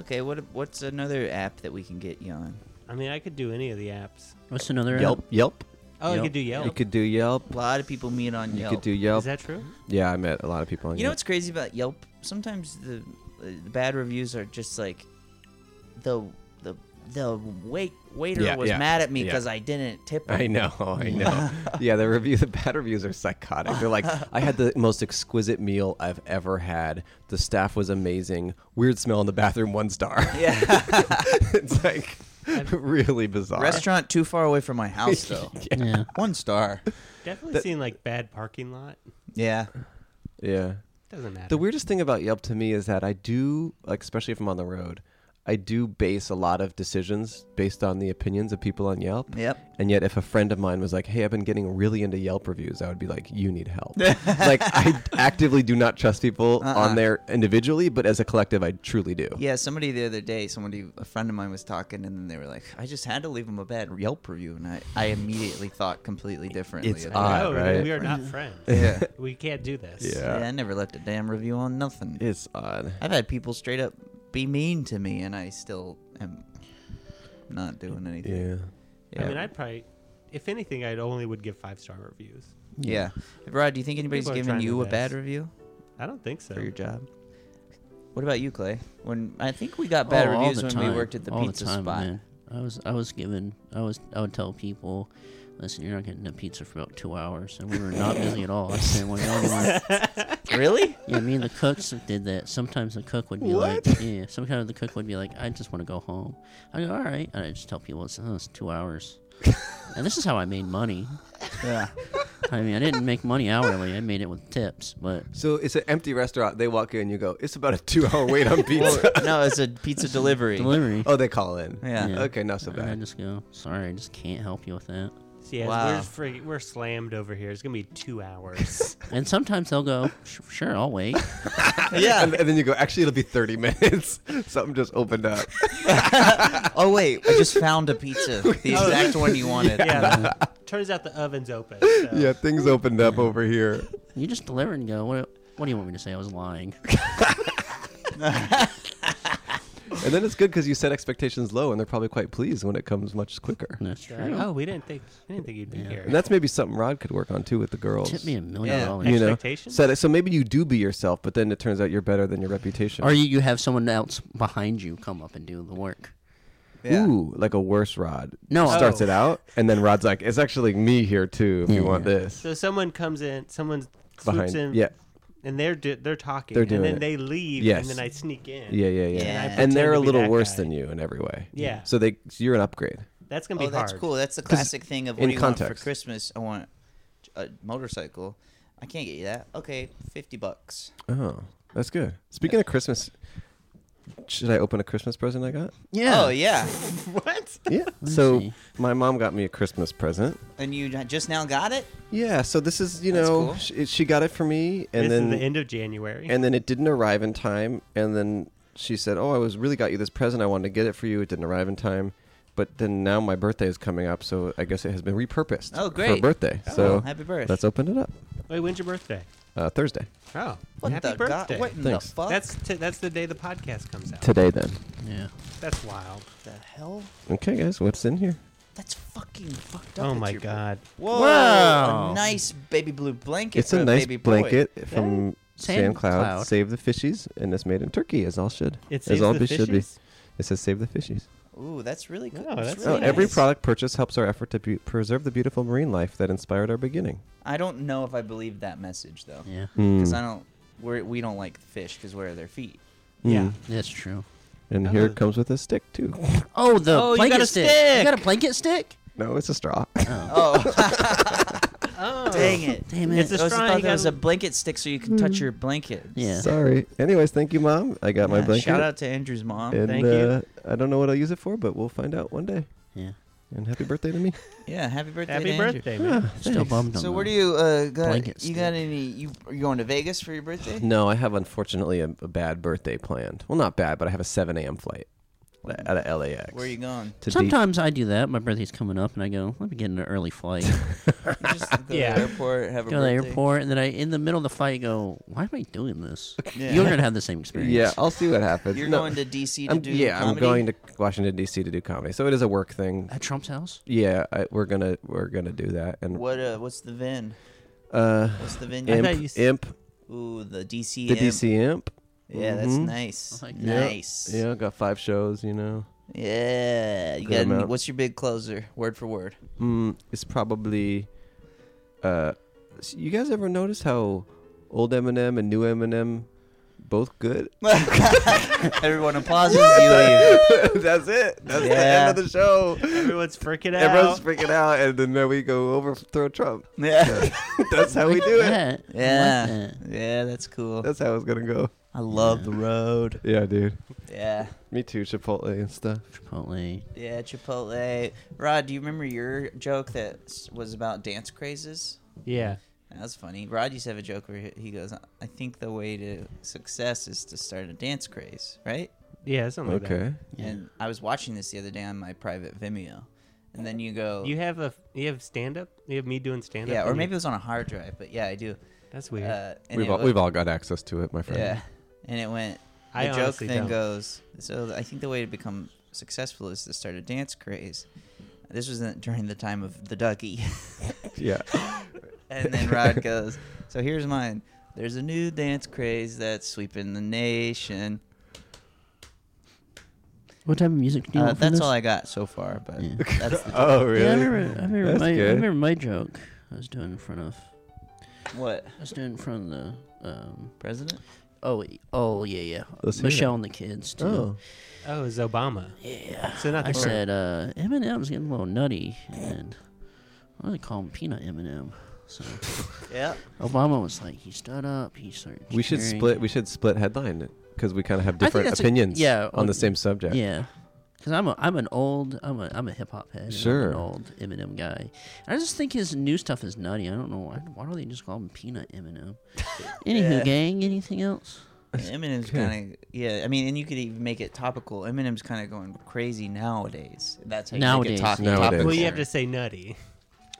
S2: Okay, what what's another app that we can get you on?
S4: I mean, I could do any of the apps.
S3: What's another app?
S5: Yelp, Yelp.
S4: Oh, I
S3: Yelp.
S4: could do Yelp.
S5: You could do Yelp.
S2: A lot of people meet on
S5: You
S2: Yelp.
S5: could do
S4: Is
S5: Yelp.
S4: that true?
S5: yeah, I met a lot of people on
S2: You know
S5: Yelp.
S2: what's crazy about Yelp? Sometimes the, uh, the bad reviews are just like the the the wait waiter
S5: Yeah,
S2: was
S5: yeah,
S2: mad at me
S5: yeah.
S2: because I didn't tip him.
S5: I know, (laughs) I know. yeah, the review, the bad reviews are psychotic. They're like, I had the most exquisite meal I've ever had. The staff was amazing. Weird smell in the bathroom, one star.
S2: Yeah,
S5: (laughs) it's like (laughs) really
S2: (laughs)
S5: bizarre.
S2: restaurant too far away from my
S5: (laughs)
S2: house though.
S3: Yeah.
S2: One star.
S4: Definitely seen like bad parking lot.
S2: Yeah.
S5: Yeah.
S4: Doesn't matter.
S5: The weirdest thing about Yelp to me is that I do, like, especially if I'm on the road, I do base a lot of decisions based on the opinions of people on Yelp.
S2: Yep.
S5: And yet, if a friend of mine was like, "Hey, I've been getting really into Yelp reviews," I would be like, "You need
S2: (laughs)
S5: help." like, I actively do not trust people on there individually, but as a collective, I truly do.
S2: Uh-uh. Yeah, somebody the other day, somebody, a friend of mine was talking, and then they were like, "I just had to leave him a bad Yelp review," and I, I immediately thought completely differently.
S5: It's
S2: of it.
S5: odd.
S4: no,
S5: right?
S4: we
S2: (laughs)
S4: are not friends.
S2: Yeah.
S4: We can't do this.
S5: Yeah.
S2: Yeah, I never left a damn review on nothing.
S5: It's odd.
S2: I've had people straight up be mean to me, and I still am not doing anything.
S5: Yeah.
S2: Yeah.
S4: I mean, I'd probably, if anything, I'd only would give five star reviews.
S2: Yeah. Rod, do you think anybody's
S4: People are
S2: giving
S4: trying
S2: you
S4: their
S2: a bad
S4: best.
S2: review
S4: I don't think so.
S2: for your job? What about you, Clay? When (laughs) I think we got bad
S3: Oh, all
S2: reviews
S3: the
S2: when we
S3: time.
S2: worked at the
S3: All
S2: pizza
S3: time,
S2: spot.
S3: man. I was I was given I was I would tell people, listen, you're not getting a pizza for about two hours, and we were not busy at all. I said, well, y'all doing-
S2: Really?
S3: yeah, me and the cooks did that. Sometimes the cook would be like, yeah, sometimes the cook would be like, I just want to go home. I go, all right, and I just tell people it's, oh, it's two hours,
S5: (laughs)
S3: and this is how I made money.
S2: yeah.
S3: I mean, I didn't make money hourly. I made it with tips, but
S5: So it's an empty restaurant. They walk in, you go, "It's about a two-hour
S2: (laughs)
S5: wait on pizza." (laughs)
S2: no, it's a pizza delivery.
S3: delivery.
S5: oh, they call in.
S2: Yeah.
S3: Yeah.
S5: Okay, not so
S3: And I
S5: bad.
S3: just go, sorry, I just can't help you with that.
S4: So, yeah,
S2: Wow.
S4: we're, free, we're slammed over here. It's going to be two
S5: (laughs)
S4: hours. (laughs)
S3: And sometimes they'll go, "Sh- sure, I'll wait.
S2: (laughs) Yeah.
S5: And, and then you go, "Actually, it'll be 30 (laughs) minutes." Something just opened up.
S2: Oh wait, I just found a pizza, the exact one you wanted.
S4: yeah. Turns out the oven's open.
S5: (laughs)
S4: So.
S5: yeah, things opened up over here.
S3: You just deliver and go. What, what do you want me to say? I was
S5: (laughs)
S3: lying.
S5: And then it's good because you set expectations low, and they're probably quite pleased when it comes much quicker.
S3: That's
S4: They're like,
S3: true.
S4: oh, we didn't think we didn't think you'd be here.
S5: And that's maybe something Rod could work on too with the girls.
S3: Tip me a million
S2: Yeah.
S3: dollars.
S5: you know,
S4: Expectations?
S5: so, that- so maybe you do be yourself, but then it turns out you're better than your reputation.
S3: Or you, you have someone else behind you come up and do the work.
S2: Yeah.
S5: Ooh, like a worse Rod.
S3: No, I-
S5: starts it out, and then Rod's like, "It's actually me here too. If you want this."
S4: so someone comes in, someone swoops
S5: Behind-
S4: in,
S5: yeah.
S4: and they're do, they're talking,
S5: They're
S4: and
S5: doing
S4: then
S5: it.
S4: they leave,
S5: Yes.
S4: and then I sneak in.
S5: Yeah, yeah, yeah.
S2: Yeah. I
S5: And
S4: pretend
S5: they're
S4: to
S5: a
S4: be
S5: little
S4: that
S5: worse
S4: guy.
S5: than you in every way.
S4: Yeah.
S5: So they, so you're an upgrade.
S4: That's gonna be
S2: Oh, that's
S4: hard.
S2: cool. That's the classic thing of what
S5: in
S2: do you want for
S5: context.
S2: Christmas? I want a motorcycle. I can't get you that. Okay, fifty bucks.
S5: Oh, that's good. Speaking of Christmas, should I open a Christmas present I got?
S3: Yeah.
S2: Oh
S5: (laughs)
S2: yeah,
S4: (laughs) What?
S5: Yeah. so
S3: see.
S5: my mom got me a Christmas present.
S2: and you j- just now got it.
S5: Yeah, so this is you
S2: That's
S5: know
S2: cool.
S5: she, she got it for me, and
S4: this
S5: then
S4: is the end of January.
S5: and then it didn't arrive in time, and then she said, "Oh, I was really got you this present. I wanted to get it for you. It didn't arrive in time." But then now my birthday is coming up, so I guess it has been repurposed.
S2: Oh,
S5: For
S2: great.
S5: birthday, so
S2: happy birth.
S5: Let's open it up.
S4: Wait, when's your birthday?
S5: Uh, Thursday
S4: Oh,
S2: What
S4: happy
S2: the
S4: birthday!
S2: god? What in
S5: Thanks.
S2: the fuck?
S4: that's t- that's the day the podcast comes out.
S5: today, then.
S3: Yeah.
S4: That's wild.
S2: the hell.
S5: Okay, guys, what's in here?
S2: That's fucking fucked up.
S4: Oh
S2: that
S4: my
S2: you're-
S4: god!
S2: Whoa!
S3: Wow.
S2: A nice baby blue blanket.
S5: It's
S2: for
S5: a nice
S2: baby boy.
S5: blanket from Sam,
S3: Sam
S5: Cloud.
S3: Cloud.
S5: Save the fishies, and it's made in Turkey, as all should.
S4: It
S5: as
S4: saves
S5: all
S4: the
S5: be- should be.
S4: fishies?
S5: It says save the fishies.
S2: Ooh, that's really good.
S4: No,
S2: that's
S4: that's
S5: Oh,
S2: really
S5: every
S2: nice.
S5: product purchase helps our effort to be- preserve the beautiful marine life that inspired our beginning.
S2: I don't know if I believe that message though.
S3: Yeah.
S5: Hmm.
S2: Because I don't. We're, we don't like fish because where are their feet?
S4: Yeah.
S3: That's true.
S5: And here
S2: Uh.
S5: it comes with a stick too.
S3: Oh, the
S2: Oh, you got
S3: blanket
S2: a Uh.
S3: stick. You got a blanket stick?
S5: no, it's a straw.
S2: Oh, (laughs) Dang it.
S3: Damn it.
S4: It's a
S2: I was
S4: straw
S2: thought
S4: you
S2: that was
S4: got-
S2: a blanket stick so you can touch
S5: Hmm.
S2: your blanket.
S3: yeah.
S5: (laughs) Sorry. Anyways, thank you, mom. I got my
S2: Yeah,
S5: blanket.
S2: Shout out to Andrew's mom.
S5: and
S4: thank
S5: uh,
S4: you.
S5: I don't know what I'll use it for, but we'll find out one day.
S3: Yeah.
S5: And happy birthday
S2: (laughs)
S5: to me.
S2: yeah, happy birthday. to
S4: Happy
S2: Andrew. (laughs)
S4: birthday, man.
S3: Still bummed on
S2: So
S3: that.
S2: where do you uh got
S3: Blanket
S2: you got
S3: stick.
S2: any you are you going to Vegas for your birthday?
S5: (laughs) No, I have unfortunately a, a bad birthday planned. Well, not bad, but I have a 7 a.m. flight out of LAX.
S2: Where are you
S5: (laughs)
S2: going?
S5: To D-
S3: Sometimes I do that. My birthday's coming up, and I go, let me get an early flight.
S2: You Just go
S4: Yeah.
S2: to the airport, have a
S3: go to the
S2: birthday.
S3: airport, and then I, in the middle of the flight, go, why am I doing this? You're going to have the same experience.
S5: yeah, I'll see what happens.
S2: You're
S5: No,
S2: going to DC to
S5: I'm,
S2: do
S5: yeah,
S2: comedy?
S5: I'm going to Washington D.C. to do comedy, so it is a work thing.
S3: At Trump's house?
S5: Yeah, I, we're gonna we're gonna do that. And
S2: What uh what's the VIN?
S5: uh,
S2: What's the VIN?
S4: thought
S5: imp,
S4: you s-
S5: imp,
S2: Ooh, the DC.
S5: the D.C. imp.
S2: Yeah, that's
S5: Mhm.
S2: nice.
S3: I like that.
S5: Yeah,
S2: nice.
S5: Yeah, got five shows. You know,
S2: Yeah. You
S5: Good
S2: got any,
S5: amount.
S2: what's your big closer? Word for word.
S5: mm, it's probably. Uh, s- you guys ever notice how old Eminem and new Eminem both good? (laughs)
S2: Everyone applauses you.
S5: That's it. That's
S2: Yeah.
S5: the end of the show.
S4: Everyone's freaking out.
S5: Everyone's freaking out, and then uh, we go overthrow Trump.
S2: (laughs)
S5: (laughs)
S2: Yeah.
S5: That's how we do it.
S3: Yeah. I like
S2: Yeah.
S3: that.
S2: Yeah, that's cool.
S5: That's how it's gonna go.
S2: I love the road.
S5: Yeah, dude.
S2: Yeah.
S5: Me too. Chipotle and stuff.
S3: Chipotle.
S2: Yeah, Chipotle. Rod, do you remember your joke that s- was about dance crazes?
S4: yeah.
S2: That was funny. Rod used to have a joke where he- he goes, I think the way to success is to start a dance craze, right?
S4: Yeah, something like
S5: Okay.
S3: Yeah.
S2: And I was watching this the other day on my private Vimeo. And then you go,
S4: that. You have a you have stand up? You have me doing stand up?
S2: yeah, or maybe it was on a hard drive, but yeah, I do.
S4: that's weird.
S2: Uh, and
S5: We've
S2: it
S5: all,
S2: wa-
S5: we've all got access to it, my friend.
S2: Yeah. And it went, the
S4: I
S2: joke
S4: honestly
S2: then
S4: don't.
S2: goes, so I think the way to become successful is to start a dance craze. This was in- during the time of the Dougie.
S5: Yeah.
S2: And then Rod goes, So here's mine. There's a new dance craze that's sweeping the nation.
S3: What type of music do you
S2: Uh,
S3: want for
S2: that's
S3: this?
S2: all I got so far, but
S3: Yeah.
S2: that's
S4: (laughs)
S2: the,
S5: oh,
S3: Yeah, I
S5: really?
S3: remember, I, remember
S5: That's
S3: my, I
S5: good.
S3: remember my joke I was doing in front of.
S2: what
S3: I was doing in front of the. Um,
S2: president?
S3: oh, y- oh, yeah, yeah.
S5: Let's hear
S3: Michelle and the kids, too.
S5: Oh.
S4: oh, it's Obama.
S3: Yeah.
S4: So not
S3: I
S4: the current.
S3: said uh, Eminem's getting a little nutty, and I really call him Peanut Eminem. So
S2: Yeah,
S3: Obama was like, he stood up, he started.
S5: We should
S3: cheering.
S5: split. We should split headline because we kind of have
S3: think
S5: different
S3: that's a-
S5: opinions.
S3: yeah,
S5: on
S3: well,
S5: the same subject.
S3: Yeah, because I'm a I'm an old I'm a I'm a hip hop head. and
S5: Sure.
S3: I'm an old Eminem guy. And I just think his new stuff is nutty. I don't know why. Why don't they just call him Peanut
S2: (laughs)
S3: Eminem? Anywho, gang. Anything else?
S2: Eminem's kind of yeah. I mean, and you could even make it topical. Eminem's kind of going crazy nowadays. That's how you
S3: Nowadays,
S2: make it top-
S3: yeah.
S2: topical.
S5: Nowadays.
S4: Well, you have to say nutty.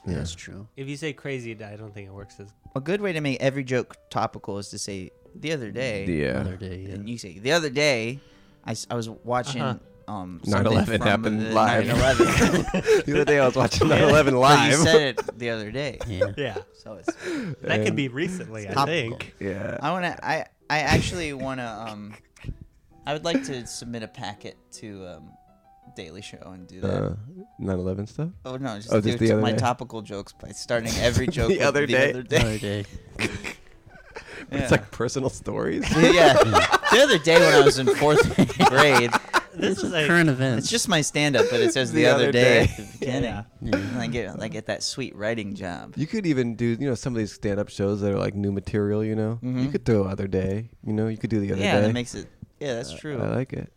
S3: That's true.
S4: If you say crazy, I don't think it works as
S2: A good way to make every joke topical is to say the other day.
S5: Yeah.
S3: Other day. Yeah.
S2: And you say the other day, I, s- I was watching
S4: Uh-huh.
S2: um
S5: 9/11
S2: something from
S5: happened
S2: the
S5: live.
S3: (laughs)
S2: 9/11.
S5: (laughs) the other day I was watching 9/11
S2: (laughs) But you
S5: live.
S2: said it the other day,
S3: Yeah.
S4: Yeah.
S2: so it's
S4: That could be recently, I
S2: topical.
S4: think.
S5: (laughs) yeah.
S2: I want to. I I actually want to. Um, I would like to submit a packet to um, Daily Show and do that.
S5: Uh, 9/11 stuff. (laughs)
S2: oh no, just
S5: oh,
S2: do
S5: just the
S2: to
S5: other
S2: my
S5: day.
S2: topical jokes by starting
S5: (laughs)
S2: every joke
S5: The
S2: with
S5: other
S2: the
S5: day.
S2: other
S3: Other
S2: day.
S3: day.
S2: Yeah.
S5: It's like personal stories.
S2: yeah. The other day when I was in
S5: (laughs)
S2: fourth grade,
S4: This
S3: It's
S4: is
S3: a
S4: like
S3: current
S2: it's
S3: events.
S2: just my stand-up, but it says the, other, day, at the beginning, and I get I get that sweet writing job.
S5: You could even do, you know, some of these stand-up shows that are like new material. You know, you could throw other day. You know, you could do the other
S2: Yeah,
S5: day. Uh,
S2: that makes it. Yeah, that's true.
S5: I like it.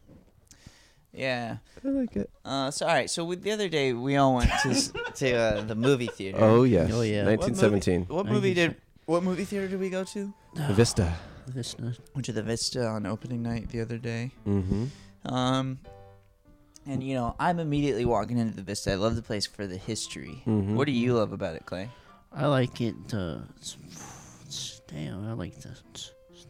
S2: yeah.
S5: I like it.
S2: Uh, so all right. So we, the other day we all went to s- to uh, the movie theater.
S5: Oh yes.
S3: Oh, yeah. What
S5: 1917.
S2: What movie did? What movie theater did we go to?
S5: Vista.
S3: This, uh,
S2: Went to the Vista on opening night the other day.
S5: Mm-hmm.
S2: Um, and you know, I'm immediately walking into the Vista. I love the place for the history.
S3: Mm-hmm.
S2: What do you love about it, Clay?
S3: I like it. Uh, it's, it's- damn, I like the,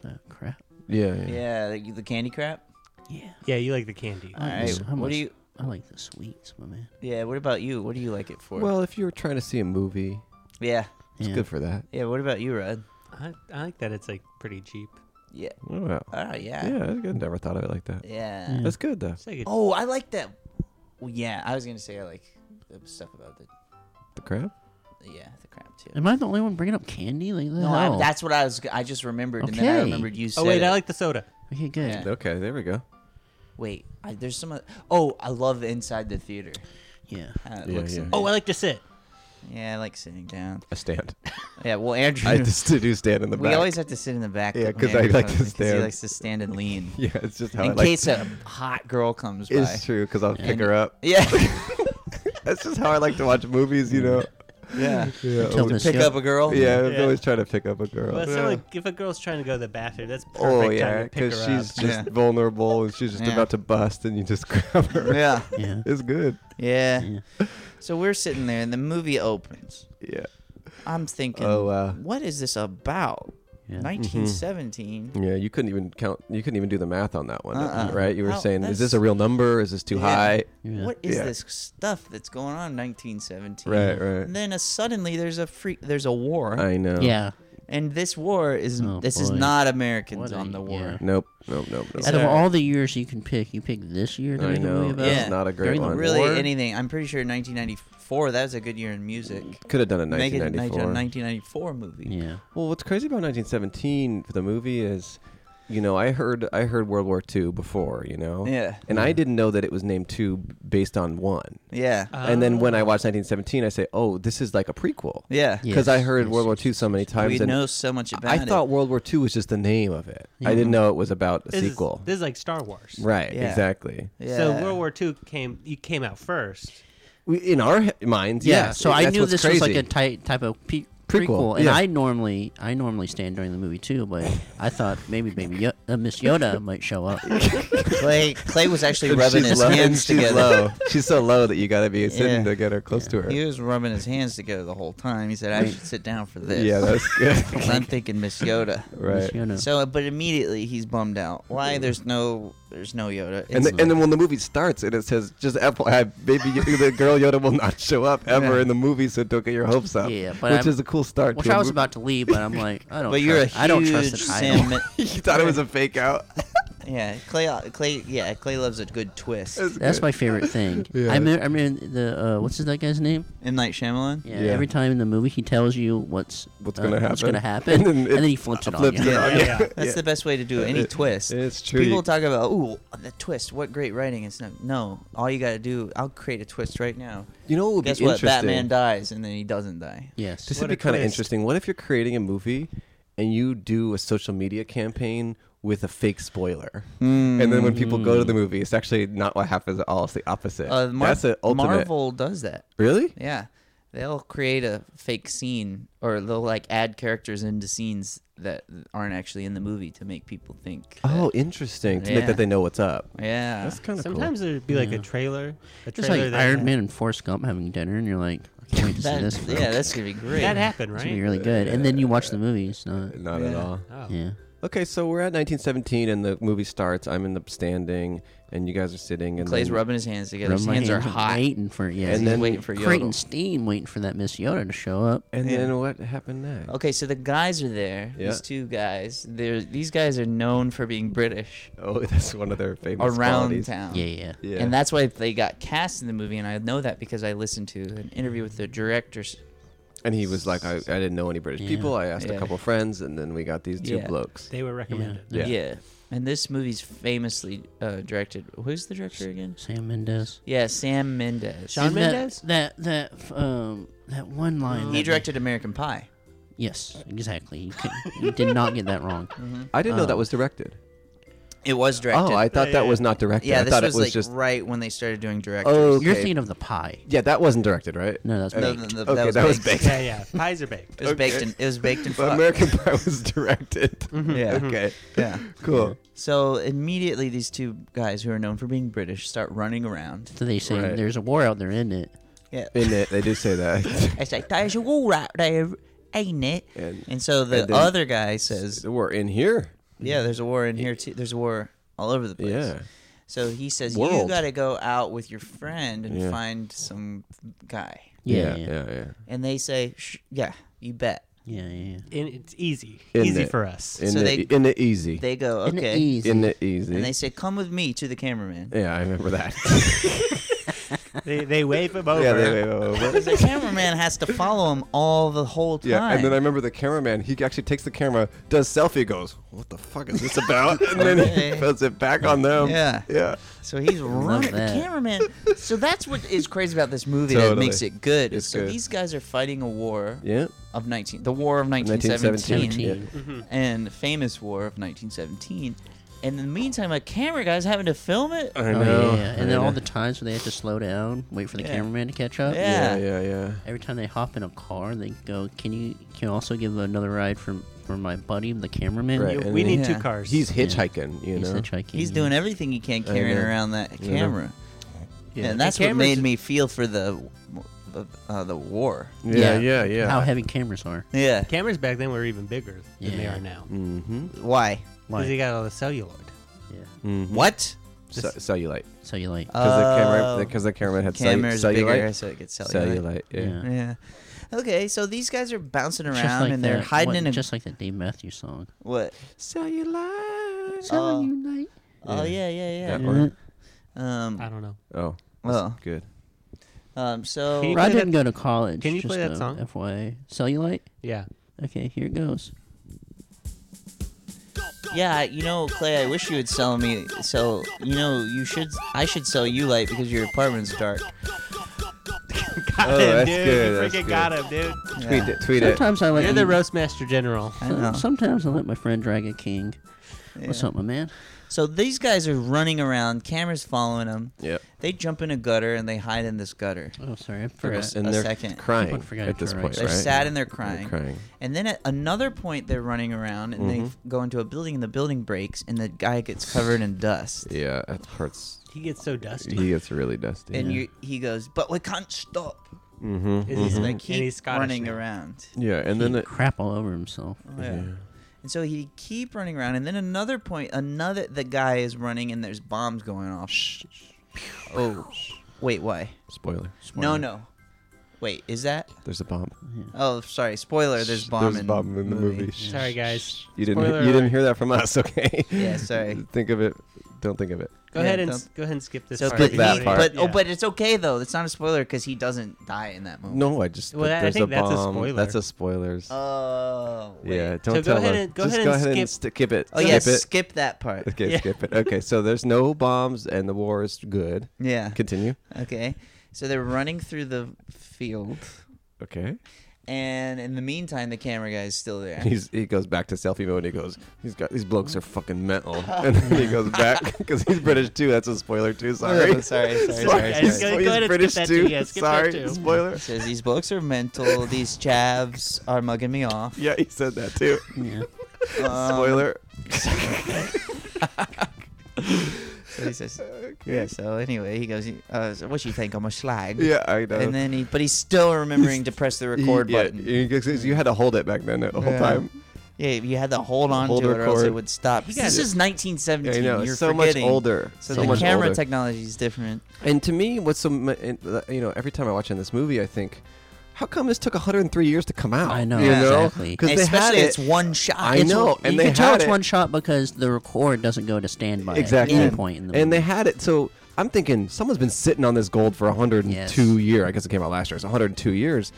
S3: the crap.
S5: Yeah. Yeah.
S2: Yeah, the, the candy crap.
S3: Yeah.
S4: Yeah, you like the candy.
S3: I
S2: All
S3: like
S2: right.
S3: this- I'm
S2: What
S3: a-
S2: do you?
S3: I like the sweets, my man.
S2: Yeah. What about you? What do you like it for?
S5: Well, if you were trying to see a movie,
S2: yeah.
S5: it's
S3: Yeah.
S5: good for that.
S2: Yeah. What about you, Rod?
S4: I, I like that it's like pretty cheap.
S2: Yeah.
S5: Oh, wow.
S2: Oh yeah.
S5: Yeah, I g- never thought of it like that.
S2: Yeah.
S5: That's good though.
S4: It's like a,
S2: Oh, I like that. Well, yeah. I was gonna say I like the stuff about the
S5: The crab.
S2: yeah the crap too.
S3: Am I the only one bringing up candy lately?
S2: No, I, that's what I was. I just remembered, and then I
S3: Okay.
S2: remembered you said.
S4: oh wait,
S2: it.
S4: I like the soda.
S3: okay. Good.
S2: Yeah.
S5: Okay, there we go.
S2: Wait, I, there's some. oth- Oh, I love inside the theater.
S3: Yeah.
S2: How it
S5: Yeah,
S2: looks
S5: yeah.
S2: in
S4: Oh, I
S2: there.
S4: like to sit.
S2: Yeah, I like sitting down.
S5: I stand.
S2: Yeah, well, Andrew.
S5: (laughs) I (laughs) just do stand in the
S2: we
S5: back.
S2: always have to sit in the back.
S5: Yeah,
S2: when
S5: 'cause I
S2: Andrew
S5: like
S2: comes
S5: to
S2: in, 'cause He
S5: stand.
S2: likes to stand and lean.
S5: (laughs) (laughs) yeah, it's just how I
S2: in
S5: like.
S2: case a hot girl comes by.
S5: (laughs) it's true because I'll pick
S2: And-
S5: her up.
S2: (laughs) Yeah.
S5: That's just how I like to watch movies, you know.
S2: yeah.
S5: (laughs) Yeah,
S3: Until
S5: always-
S3: this
S2: Pick
S3: show-
S2: up a girl.
S5: yeah, I'm
S4: Yeah.
S5: always trying to pick up a girl.
S4: Well, it's
S2: Yeah.
S4: not like if a girl's trying to go to the bathroom, that's perfect
S5: Oh
S4: time
S5: yeah,
S4: to pick her
S5: because she's
S4: up.
S5: just
S2: Yeah.
S5: vulnerable and she's just
S2: Yeah.
S5: about to bust, and you just (laughs) grab her.
S2: Yeah.
S5: (laughs)
S3: Yeah.
S5: It's good.
S2: Yeah. So we're sitting there, and the movie opens.
S5: Yeah.
S2: I'm thinking,
S5: Oh, wow. Mm-hmm.
S2: what is this about?
S3: Yeah.
S2: 1917.
S5: Yeah, you couldn't even count. You couldn't even do the math on that one,
S2: Uh-uh.
S5: right? You were
S2: Well,
S5: saying, "Is
S2: that's-
S5: this a real number? Is this too
S2: Yeah.
S5: high?"
S3: Yeah.
S2: What is
S5: Yeah.
S2: this stuff that's going on in 1917?
S5: Right, right.
S2: And then uh, suddenly there's a free there's a war,
S5: I know.
S3: Yeah.
S2: and this war is
S3: Oh,
S2: this is
S3: boy.
S2: not Americans
S3: What a-
S2: on the war.
S5: Nope. Nope. Nope. Nope.
S2: I
S3: Out of
S2: So-
S3: all the years you can pick, you pick this year to
S5: I
S3: make a
S5: know.
S3: movie about.
S5: That's
S2: Yeah.
S5: not a great
S3: During the
S5: one.
S2: Really,
S3: war?
S2: anything? I'm pretty sure 1994. That was a good year in music.
S5: Could have done a
S2: Make it a
S5: 1994.
S2: 1994 movie.
S3: Yeah.
S5: Well, what's crazy about 1917 for the movie is, you know, I heard I heard World War II before, you know,
S2: Yeah.
S5: and I didn't know that it was named two based on one.
S2: Yeah.
S3: Uh,
S5: and then when I watched 1917, I say, oh, this is like a prequel.
S2: yeah.
S3: Yeah.
S5: Because I
S3: Yes,
S5: heard
S3: yes,
S5: World War
S3: yes,
S5: II so many times.
S2: We
S5: and
S2: know so much about
S5: I
S2: it.
S5: thought World War II was just the name of it. I didn't know it was about a
S4: this
S5: sequel.
S4: Is, this is like Star Wars.
S5: right,
S2: Yeah.
S5: exactly.
S2: Yeah.
S4: So World War II came you came out first.
S5: We, in our he- minds,
S3: Yeah.
S5: yes,
S3: so I
S5: that's
S3: knew
S5: what's
S3: this was like
S5: crazy.
S3: a ty- type of pe-
S5: Prequel,
S3: prequel, and
S5: yeah.
S3: I normally I normally stand during the movie too, but I thought maybe Baby Yo- uh, Miss Yoda might show up.
S2: Clay Clay
S5: (laughs)
S2: was actually
S5: And
S2: rubbing
S5: she's
S2: his
S5: low- and
S2: hands
S5: she's
S2: together.
S5: Low. (laughs) She's so low that you got to be
S2: Yeah.
S5: sitting to get her close to her.
S2: He was rubbing his hands together the whole time. He said, "I should sit down for this."
S5: Yeah, that's good. (laughs)
S2: And (laughs) I'm thinking Miss Yoda.
S3: Miss
S5: right.
S3: Yoda.
S2: So, but immediately he's bummed out. Why? There's no, there's no Yoda.
S5: And,
S2: It's-
S5: the, and then when the movie starts and it says just FYI, baby, you- the girl Yoda will not show up ever
S2: Yeah.
S5: in the movie, so don't get your hopes up.
S3: Yeah, but
S5: which
S3: I'm-
S5: is a cool start.
S3: Which
S5: to a
S3: I was
S5: movie.
S3: about to leave, but I'm like, I don't.
S2: but
S3: trust,
S2: you're a huge
S3: I don't trust the title.
S2: Sam.
S5: (laughs) you thought it was a fake (laughs) out.
S2: yeah, Clay. uh, Clay. Yeah, Clay loves a good twist.
S3: (laughs) That's my favorite thing. I mean, I mean the uh, what's that guy's name?
S2: M Night Shyamalan.
S3: Yeah,
S5: Yeah.
S3: Every time in the movie, he tells you what's
S5: What's
S3: uh,
S5: gonna happen.
S3: What's gonna happen,
S5: (laughs) And
S3: and
S5: then
S3: then,
S5: it
S3: he flips it on
S5: flips
S3: you.
S5: it on
S2: Yeah,
S5: you.
S4: Yeah.
S2: that's the best way to do any twist.
S5: it's true.
S2: People talk about, ooh, the twist. What great writing! It's not, no. All you got to do, I'll create a twist right now.
S5: You know what would
S2: Guess
S5: be
S2: what?
S5: interesting?
S2: Batman dies, and then he doesn't die.
S3: Yes.
S5: This
S4: What
S5: would be
S4: a
S5: kind of
S4: twist.
S5: interesting. What if you're creating a movie and you do a social media campaign with a fake spoiler, and then when people go to the movie, it's actually not what happens at all. It's the opposite.
S2: Uh, Mar-
S5: That's the ultimate.
S2: Marvel does that.
S5: Really?
S2: Yeah. They'll create a fake scene or they'll like add characters into scenes that aren't actually in the movie to make people think. that-
S5: Oh, interesting. To make
S2: Yeah.
S5: that they know what's up.
S2: yeah.
S5: Oh, That's kind of cool.
S4: Sometimes there'd be like a trailer. A
S3: Just
S4: trailer
S3: like
S4: that,
S3: Iron Man and Forrest Gump having dinner, and you're like, I can't wait to see
S2: That-
S3: this.
S2: yeah, that's going to be great.
S4: That happened,
S3: It's gonna be
S4: right?
S3: really good. And then you watch the movie. It's not.
S5: Not at all.
S4: Oh.
S3: Yeah.
S5: Okay, so we're at 1917 and the movie starts. I'm in the standing and you guys are sitting. And
S2: Clay's
S5: then-
S2: rubbing his hands together.
S3: Rub
S2: His
S3: my
S2: hands are
S3: and
S2: hot.
S3: Waiting for yeah.
S5: And
S3: he's
S5: then-
S2: waiting for
S3: Creighton
S2: Yoda.
S3: Steen waiting for that Miss Yoda to show up.
S5: And then what happened next?
S2: Okay, so the guys are there.
S5: Yeah.
S2: These two guys. They're, these guys are known for being British
S5: Oh, (laughs) that's one of their famous
S2: around
S5: qualities.
S2: town.
S3: Yeah, yeah.
S5: Yeah.
S2: And that's why they got cast in the movie. And I know that because I listened to an interview with the directors.
S5: And he was like, I, I didn't know any British
S3: Yeah.
S5: people. I asked a
S2: Yeah.
S5: couple friends, and then we got these two
S2: Yeah.
S5: blokes.
S4: They were recommended.
S5: Yeah.
S2: Yeah. And this movie's famously uh, directed. Who's the director again?
S3: Sam Mendes.
S2: Yeah, Sam Mendes.
S4: Shawn
S3: And that-
S4: Mendes?
S3: That that f- um that one
S5: Oh,
S3: line.
S2: He
S3: that-
S2: directed American Pie.
S3: Yes, exactly. You, could, you did not get that wrong.
S5: I didn't know that was directed.
S2: It was Um, directed.
S5: Oh, I thought that was not directed.
S2: yeah,
S5: I
S2: this
S5: thought
S2: was,
S5: it was
S2: like
S5: just.
S2: right when they started doing directors.
S5: Oh,
S3: You're
S5: okay.
S3: thinking of the pie.
S5: yeah, that wasn't directed, right?
S3: No, that's
S2: No,
S3: baked.
S2: no, no,
S5: Okay, that was
S2: baked.
S4: Yeah, yeah. Pies are baked.
S2: It was baked
S5: Okay.
S2: in. It was baked in.
S5: But
S2: fuck.
S5: American (laughs) Pie was directed.
S2: Mm-hmm.
S5: (laughs)
S2: Yeah.
S5: Okay, (laughs)
S2: Yeah.
S5: cool.
S2: So immediately, these two guys who are known for being British start running around.
S3: So they say
S5: Right.
S3: there's a war out there, isn't it?
S2: Yeah.
S5: In it, they do say that.
S2: It's like there's a war out there, ain't it?
S5: And-
S2: And, so the
S5: and then-
S2: other guy (laughs) says,
S5: We're in here.
S2: "Yeah, there's a war in here too. There's a war all over the place."
S5: Yeah.
S2: So he says,
S5: World.
S2: You got to go out with your friend and
S5: Yeah.
S2: find some guy.
S3: Yeah,
S5: yeah,
S3: yeah,
S5: yeah. yeah.
S2: And they say, Sh- Yeah, you bet.
S3: yeah, yeah.
S4: And it's easy.
S5: In
S4: easy
S5: it.
S4: for us.
S5: In,
S2: So
S5: the,
S2: they-
S5: in the easy.
S2: They go,
S3: Isn't it
S2: Okay.
S3: easy?
S5: in the easy.
S2: And they say, Come with me to the cameraman.
S5: yeah, I remember that.
S4: They, they wave him over.
S5: Yeah, they wave over.
S2: The cameraman has to follow him all the whole time.
S5: Yeah, and then I remember the cameraman. He actually takes the camera, does selfie, goes, "What the fuck is this about?" and then
S2: Okay.
S5: he puts it back on them.
S2: Yeah.
S5: yeah.
S2: So he's running the
S3: that.
S2: cameraman. So that's what is crazy about this movie that
S5: Totally.
S2: makes it good. is
S5: It's
S2: so
S5: good.
S2: these guys are fighting a war
S5: Yeah.
S2: of 19 the war of
S5: 1917.
S2: 1917
S5: Yeah.
S3: Mm-hmm.
S2: and the famous war of 1917. And in the meantime, a camera guy's having to film it.
S5: I
S3: Oh,
S5: know.
S3: yeah, yeah. And then all the times when they had to slow down, wait for the
S2: Yeah.
S3: cameraman to catch up.
S2: Yeah.
S5: Yeah, yeah, yeah.
S3: Every time they hop in a car, they go, "Can you can you also give another ride for for my buddy, the cameraman?"
S5: Right.
S4: You-
S5: and
S4: we need
S2: Yeah.
S4: two cars.
S5: He's hitchhiking, you
S3: He's
S5: know.
S3: hitchhiking.
S2: He's doing everything he can carrying
S5: know.
S2: around that
S5: know.
S2: camera.
S3: Yeah.
S2: And
S3: The
S2: that's what made
S3: cameras-
S2: me feel for the uh, the war.
S5: Yeah, yeah, yeah.
S3: How heavy cameras are.
S2: Yeah.
S4: Cameras back then were even bigger than they
S3: Yeah.
S4: are now.
S5: Mm-hmm.
S2: Why?
S4: Because he
S3: Like,
S4: got all the celluloid.
S3: yeah.
S5: mm-hmm.
S2: What?
S5: Ce- cellulite?
S3: So you like,
S5: Because the
S2: Oh.
S5: camera, because the camera had cellu-
S2: Camera's bigger,
S5: cellulite.
S2: so it gets cellulite.
S5: Cellulite. Yeah.
S3: yeah.
S2: Yeah. Okay, so these guys are bouncing
S3: Just
S2: around
S3: like
S2: and they're
S3: that-
S2: hiding
S3: what-
S2: in a
S3: just like that Dave Matthews song.
S2: what?
S5: Cellulite.
S3: Uh,
S2: Oh.
S3: Cellulite.
S2: Oh yeah, yeah,
S5: That
S2: yeah.
S5: one.
S4: I
S2: Um,
S4: don't know.
S5: Oh,
S2: well,
S5: good.
S2: um,
S4: Can
S2: so
S4: you-
S3: Rod
S4: play
S3: didn't go
S4: that-
S3: to college.
S4: can you play
S3: just
S4: that
S3: a
S4: song?
S3: FYI, cellulite.
S4: Yeah.
S5: Oh,
S3: Okay, here goes.
S2: yeah, you know, Clay, I wish you would sell me. So you know, you should. I should sell you light because your apartment's dark.
S4: Got
S5: Oh,
S4: him,
S5: that's
S4: dude.
S5: good,
S4: You
S5: that's
S4: freaking
S5: good.
S4: got him, dude.
S2: Yeah,
S5: Tweet it. Tweet it.
S3: Sometimes I like.
S4: You're the roast master general.
S2: I know.
S3: Sometimes I let my friend Dragon King. What's up, my man?
S2: So these guys are running around, cameras following them.
S5: Yep.
S2: They jump in a gutter and they hide in this gutter.
S3: Oh, sorry, I
S5: And
S3: forgot.
S5: they're
S2: a second.
S3: Someone
S5: crying
S3: forgot
S5: at
S3: to
S5: this
S3: try,
S5: point,
S3: right?
S2: They're
S5: right?
S2: sad and they're
S5: They're
S2: crying. Mm-hmm. And then at another point, they're running around and they f- go into a building, and the building breaks, and the guy gets covered in dust.
S5: Yeah, that hurts.
S4: He gets so dusty.
S5: He gets really dusty.
S2: And you, he goes, "But we can't stop."
S5: mm-hmm.
S4: Is he-
S2: So they
S4: and
S2: keep
S4: he's Scottish
S2: running
S4: now.
S2: around.
S5: Yeah, Mm-hmm. and then it,
S3: crap all over himself.
S2: Oh, yeah. And so he keep running around, and then another point, another the guy is running, and there's bombs going off. Oh, wait, why?
S5: spoiler.
S2: No, no. Wait, is that?
S5: There's a bomb.
S2: Oh, sorry. Spoiler. There's bomb.
S5: There's
S2: in
S5: a bomb in the movie.
S4: Sorry, guys.
S5: You didn't.
S4: Spoiler
S5: you
S4: alert.
S5: didn't hear that from us, (laughs) okay?
S2: Yeah,
S5: (laughs)
S2: sorry.
S5: think of it. Don't think of it.
S4: Go
S2: Yeah,
S4: ahead and
S2: don't-
S4: s- go ahead and skip this
S2: So,
S4: part.
S2: but
S4: if you
S5: that
S4: need
S2: he-
S4: it.
S5: part.
S2: but oh,
S4: Yeah.
S2: but it's okay though. It's not a spoiler because he doesn't die in that movie.
S5: No, I just.
S4: Well, I
S5: there's
S4: think
S5: a
S4: that's
S5: bomb.
S4: a spoiler.
S5: That's a spoilers.
S2: Oh. wait.
S5: yeah,
S4: So
S5: don't
S4: go
S5: tell
S4: ahead
S5: us.
S4: and- go
S5: just
S4: ahead
S5: go
S4: and
S5: ahead and
S4: skip-
S5: skip it.
S2: Oh yeah.
S5: skip
S2: Skip,
S5: it.
S2: that
S5: (laughs)
S2: part.
S4: (laughs)
S5: Okay,
S4: Yeah.
S5: skip it. Okay, so there's no bombs and the war is good.
S2: Yeah.
S5: Continue.
S2: Okay. So they're running through the field,
S5: Okay.
S2: and in the meantime, the camera guy is still there.
S5: (laughs) He's he goes back to selfie mode. and He goes, he's got these blokes are
S2: (laughs)
S5: fucking mental, and then he goes back (laughs) because he's British too. That's a spoiler too. Sorry,
S2: Oh, (laughs)
S5: (laughs)
S2: sorry, sorry, sorry,
S4: Sorry, guys,
S2: sorry.
S4: go- go ahead and skip
S5: British
S4: that
S5: too.
S4: too, yeah, skip that
S5: sorry,
S4: too.
S5: spoiler.
S2: (laughs) He says these blokes are mental. These chavs are mugging me off.
S5: Yeah, he said that too.
S3: Yeah.
S2: Um,
S5: (laughs) spoiler.
S2: So he says, yeah. So anyway, he goes, uh, so what do you think? I'm a slag.
S5: Yeah, I know.
S2: And then he, but he's still remembering to press the record
S5: yeah,
S2: button.
S5: you- 'cause you had to hold it back then the whole
S2: Yeah.
S5: time.
S2: Yeah, you had to hold on
S5: Hold
S2: to it or else it
S5: record.
S2: would stop.
S4: got
S2: This
S4: it.
S2: is 1917.
S5: I know.
S2: You're
S5: It's so
S2: forgetting.
S5: much older.
S2: So,
S5: so
S2: the
S5: much
S2: camera
S5: older.
S2: technology is different.
S5: And to me, what's so ma- and, uh, you know, every time I watch in this movie, I think, how come this took 103 years to come out?
S3: I know,
S5: you
S2: Yeah.
S5: know,
S3: exactly.
S5: because they had
S2: Especially
S5: it.
S2: it's one shot.
S5: I know, and
S3: you
S5: they
S3: can tell
S5: had
S3: it's
S5: it.
S3: one shot because the record doesn't go to standby
S5: exactly.
S3: at any point in the
S5: and
S3: movie.
S5: they had it. So I'm thinking someone's been sitting on this gold for 102
S3: Yes.
S5: year. I guess it came out last year. It's 102 years,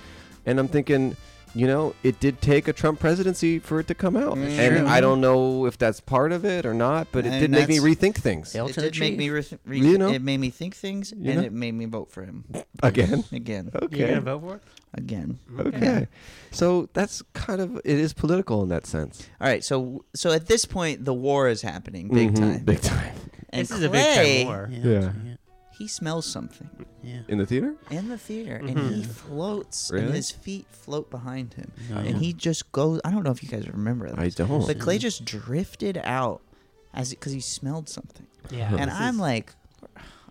S5: and I'm thinking. You know, it did take a Trump presidency for it to come out, and I don't know if that's part of it or not. But it
S2: And
S5: did make me
S2: that's-
S5: rethink things
S3: Hail
S2: It
S3: to the
S2: did make
S3: chief.
S2: me, re- re-
S5: You know?
S2: it made me think things,
S5: You
S2: and
S5: know?
S2: it made me vote for him
S5: (laughs) again.
S2: again,
S4: You're
S5: Okay,
S4: gonna vote for it?
S2: again.
S5: okay. So that's kind of it is political in that sense.
S2: All right, so so at this point, the war is happening big
S5: Mhm,
S2: time.
S5: Big time.
S2: And
S4: this is a
S2: Clay,
S4: big time war.
S3: yeah,
S5: Yeah.
S2: He smells something
S3: yeah,
S5: In the theater?
S2: in the theater, and he floats, and
S5: Mm-hmm. Really?
S2: his feet float behind him,
S3: Oh,
S2: and
S3: yeah.
S2: he just goes. I don't know if you guys remember that.
S5: I don't.
S2: But Clay just drifted out as because he smelled something,
S4: Yeah.
S2: and
S4: this
S2: I'm
S4: is-
S2: like,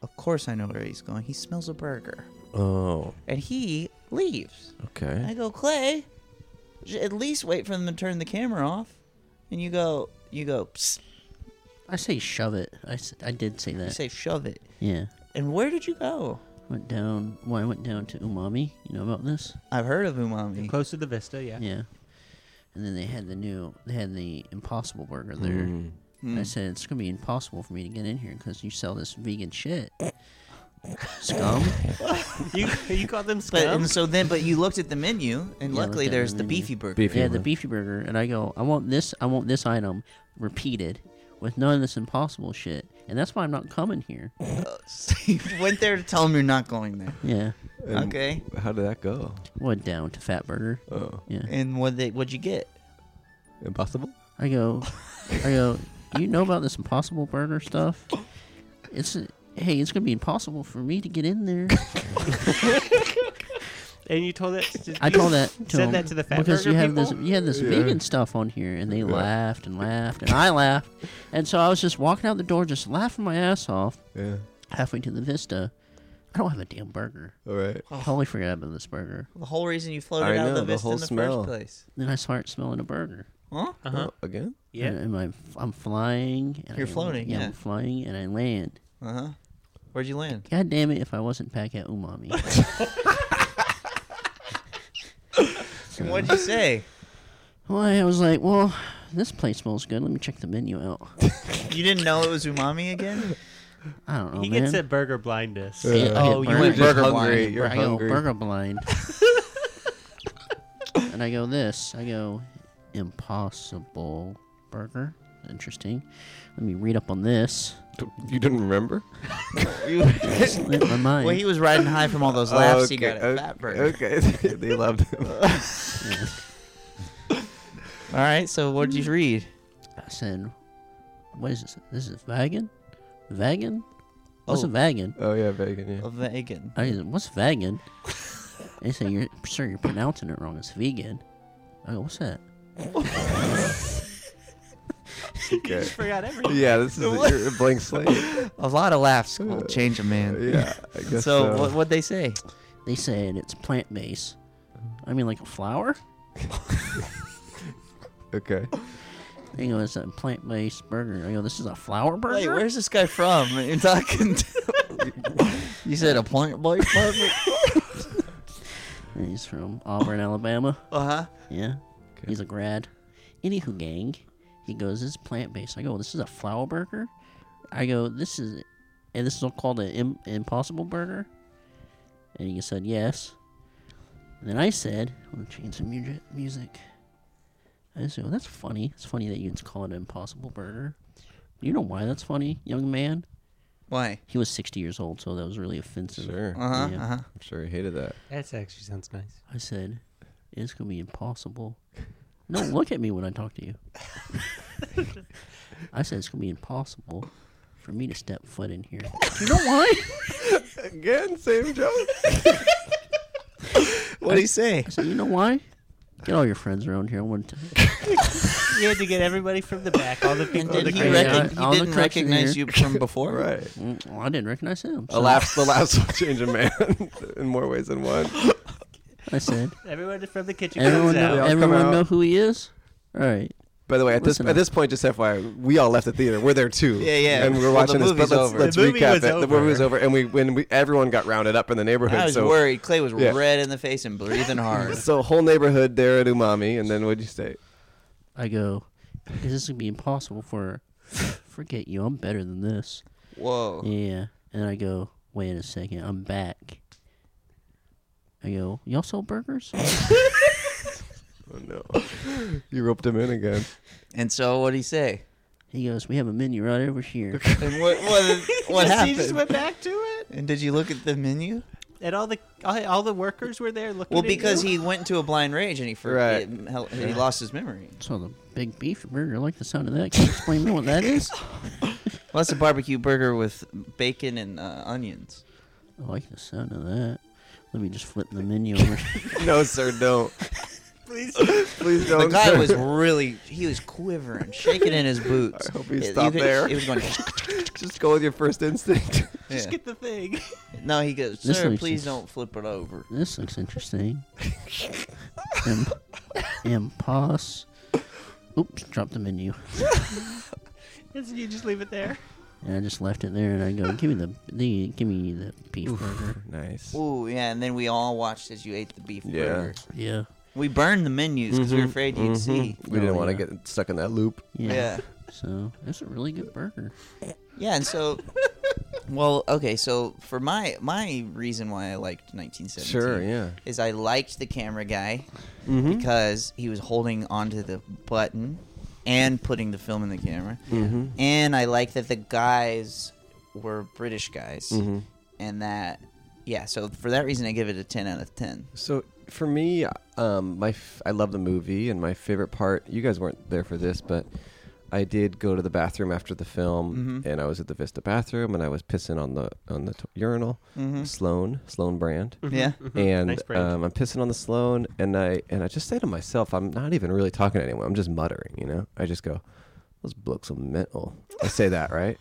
S2: of course I know where he's going. He smells a burger,
S5: oh,
S2: and he leaves. And I
S5: okay.
S2: go, Clay, j- at least wait for them to turn the camera off, and you go, you go, Psst,
S3: I say shove it. I, s- I did say
S2: you
S3: that.
S2: say shove it.
S3: yeah,
S2: And where did you go?
S3: went down. Well, I went down to Umami. You know about this?
S2: I've heard of umami.
S4: Close to the
S2: (laughs)
S4: Vista, yeah.
S3: Yeah. And then they had the new, they had the Impossible Burger there. And I said it's gonna be impossible for me to get in here because you sell this vegan shit. Scum?
S4: You you call them
S2: But
S4: scum?
S2: and so then, but you looked at the menu, and luckily
S3: looked at
S2: there's
S3: the
S2: the
S3: menu.
S2: beefy burger.
S5: Beefy.
S3: yeah, the beefy burger. And I go, I want this, I want this item repeated with none of this impossible shit. And that's why I'm not coming here.
S2: So (laughs) you went there to tell him you're not going there.
S3: Yeah.
S5: And
S2: okay.
S5: How did that go?
S3: Went down to Fat Burger.
S5: Oh,
S3: Yeah.
S2: And what they what'd you get?
S5: impossible.
S3: I go, I go, you know about this impossible burger stuff? It's, hey, it's going to be impossible for me to get in there.
S4: and you told that? To,
S3: I
S4: you
S2: (laughs)
S3: told that to
S4: said
S3: him
S4: that to the fat
S3: because
S4: burger
S3: you had
S4: people.
S3: this you had this vegan stuff on here, and they laughed and laughed, and I laughed, and so I was just walking out the door, just laughing my ass off.
S5: Yeah.
S3: Halfway to the Vista, I don't have a damn burger.
S5: All right.
S4: Oh.
S3: Totally forgot about this burger.
S2: The whole reason you floated
S5: I
S2: out of
S5: know,
S2: the
S5: the
S2: Vista
S5: whole
S2: in the
S5: smell.
S2: first place.
S3: Then I start smelling a burger.
S2: Huh?
S4: Uh-huh.
S5: Oh, again?
S3: And,
S4: Yeah.
S3: and I'm, I'm flying. And
S2: You're
S3: I-
S2: floating,
S3: Yeah,
S2: yeah.
S3: I'm flying, and I land.
S2: Uh huh. Where'd you
S5: (laughs)
S2: land?
S3: God damn it! If I wasn't back at Umami, (laughs)
S2: And what'd you say?
S3: well, I was like, well, this place smells good. Let me check the menu out.
S2: You didn't know it was umami again?
S3: I don't know,
S4: He
S3: man.
S4: gets at burger blindness.
S3: Yeah, Uh, I
S5: Oh,
S3: get
S5: you
S3: burger
S5: were just
S2: blind.
S5: hungry. You're
S3: I go
S5: hungry.
S3: burger blind. (laughs) and I go this. I go impossible burger. Interesting. Let me read up on (laughs) this.
S5: You didn't remember? (laughs)
S3: Slipped my mind.
S2: Well, he was riding high from all those laughs he got at Fat Burger.
S5: Okay. (laughs) they
S2: (laughs)
S5: loved him.
S2: All right, so what'd you read?
S3: I said, "What is this? This is vegan? Vegan? What's
S2: Oh.
S3: a vegan?"
S5: Oh yeah, vegan. Yeah.
S2: A vegan.
S3: I said, "What's (laughs) vegan?" they say, "You're sir, you're pronouncing it wrong. It's vegan." I go, "What's that?"
S5: Okay.
S4: Forgot everything.
S5: Yeah, this
S2: (laughs)
S5: is you're a blank slate.
S2: A lot of laughs will change a man.
S5: Uh, Yeah, I
S2: So,
S5: guess so.
S2: What, what'd they say?
S3: They said it's plant based. I mean, like a flower.
S5: okay.
S3: They go, it's a plant based burger. I go, this is a flour burger?
S2: Wait, where's this guy from? (laughs) You're talking. (laughs) you said a plant based (laughs) burger.
S3: And He's from Auburn, Alabama.
S2: Uh huh.
S3: Yeah. He's a grad. Anywho, gang. He goes, this is plant based. I go, this is a flour burger? I go, this is. And this is called an Im- impossible burger? And he said, yes. And then I said, I'm going to change some mu- music. I said, well, that's funny. It's funny that you call it an impossible burger. You know why that's funny, young man?
S2: Why?
S3: He was 60 years old, so that was really offensive.
S5: Sure.
S2: Uh huh.
S3: Yeah.
S2: Uh huh.
S5: I'm sure he hated that.
S4: That actually sounds nice.
S3: I said, "It's gonna be impossible." Don't look at me when I talk to you. I said it's gonna be impossible for me to step foot in here. You know why?
S5: Again,
S2: (laughs)
S5: same joke.
S2: What'd he say?
S3: I said, you know why? Get all your friends around here. I want to.
S4: You had to get everybody from the back, all the people.
S2: Did
S4: the
S2: he,
S3: crowd.
S4: crowd.
S2: recog-
S3: All
S2: he
S3: the
S2: didn't
S3: crowd's in
S2: recognize you
S3: here.
S2: (laughs) from before?
S5: right.
S3: Mm, Well, I didn't recognize him.
S5: A
S3: So
S5: laugh's the laughs will change a man (laughs) in more ways than one.
S3: I
S5: (laughs)
S3: said,
S4: Everyone from the kitchen
S3: everyone,
S4: comes out.
S3: know,
S5: They all come
S3: everyone
S5: out.
S3: know who he is. All right.
S5: By the way, at this
S3: Listen
S5: at
S3: up.
S5: this point, just FYI, we all left the theater. We're there too.
S2: Yeah, yeah.
S5: And we
S2: Well,
S5: we're
S2: the
S5: watching this.
S2: movie's
S5: But let's,
S2: over.
S5: let's
S4: The movie
S5: recap
S4: was
S5: it. The movie
S4: over.
S5: was over, and we when we everyone got rounded up in the neighborhood.
S2: I was
S5: so
S2: worried. Clay was
S5: Yeah.
S2: red in the face and (laughs) breathing hard.
S5: so whole neighborhood there at Umami, and then what'd you say?
S3: I go. Is this gonna be impossible for? Forget you. I'm better than this.
S2: Whoa.
S3: Yeah. And I go, wait a second, I'm back. I go, y'all sell burgers?
S5: Oh no, you roped him in again.
S2: And so what'd he say?
S3: He goes, we have a menu right over (laughs) here.
S2: And what what, (laughs) what
S4: Yes,
S2: happened?
S4: He just went back to it,
S2: and did you look at the menu?
S4: and all the all, all the workers were there looking.
S2: Well,
S4: at
S2: because
S4: you.
S2: he went into a blind rage and he for-
S5: Right.
S2: he- hell- he lost his memory.
S3: So the big beef burger, I like the sound of that. Can you explain to me what that (laughs) is?
S2: Well, that's a barbecue burger with bacon and uh, onions.
S3: I like the sound of that. Let me just flip the menu (laughs) over.
S5: No, sir, don't.
S4: Please.
S5: Please
S2: The
S5: don't.
S2: guy
S5: sir.
S2: was really he was quivering, shaking in his boots.
S5: (laughs) I hope he
S2: It- you
S5: stopped
S2: could-
S5: there.
S2: It was
S5: (laughs)
S2: going.
S5: (laughs) just go with your first (laughs) instinct.
S4: Just
S2: Yeah.
S4: get the thing.
S2: No, he goes,
S3: This
S2: sir.
S3: looks
S2: Please
S3: just-
S2: don't flip it over.
S3: this looks interesting. Im- impos. Oops, dropped the
S4: (laughs)
S3: menu.
S4: And so you just leave it there.
S3: And I just left it there and I go, give me the, the give me the beef burger.
S5: nice.
S2: Ooh, yeah. And then we all watched as you ate the beef
S5: Yeah.
S2: burger.
S3: Yeah.
S2: We burned the menus because we
S5: Mm-hmm,
S2: were afraid you'd see.
S5: We didn't
S3: Oh,
S5: want to
S3: yeah.
S5: get stuck in that loop.
S3: Yeah.
S2: Yeah.
S3: So it's a really good burger.
S5: (laughs)
S2: Yeah, and so Well, okay, so for my my reason why I liked 1917
S5: Sure, yeah.
S2: is I liked the camera guy
S5: Mm-hmm.
S2: because he was holding onto the button and putting the film in the camera.
S5: Mm-hmm.
S2: And I liked that the guys were British guys
S5: Mm-hmm.
S2: and that yeah, so for that reason I give it a 10 out of 10.
S5: So for me, um, my f- I love the movie, and my favorite part. You guys weren't there for this, but I did go to the bathroom after the film, and I was at the Vista bathroom, and I was pissing on the on the t- urinal, Sloan Sloan brand, (laughs)
S2: Yeah.
S5: and
S4: Mm-hmm. Nice brand.
S5: um, I'm pissing on the Sloan, and I and I just say to myself, I'm not even really talking to anyone. I'm just muttering, you know. I just go, "Those blokes are mental." I say
S4: (laughs)
S5: that right,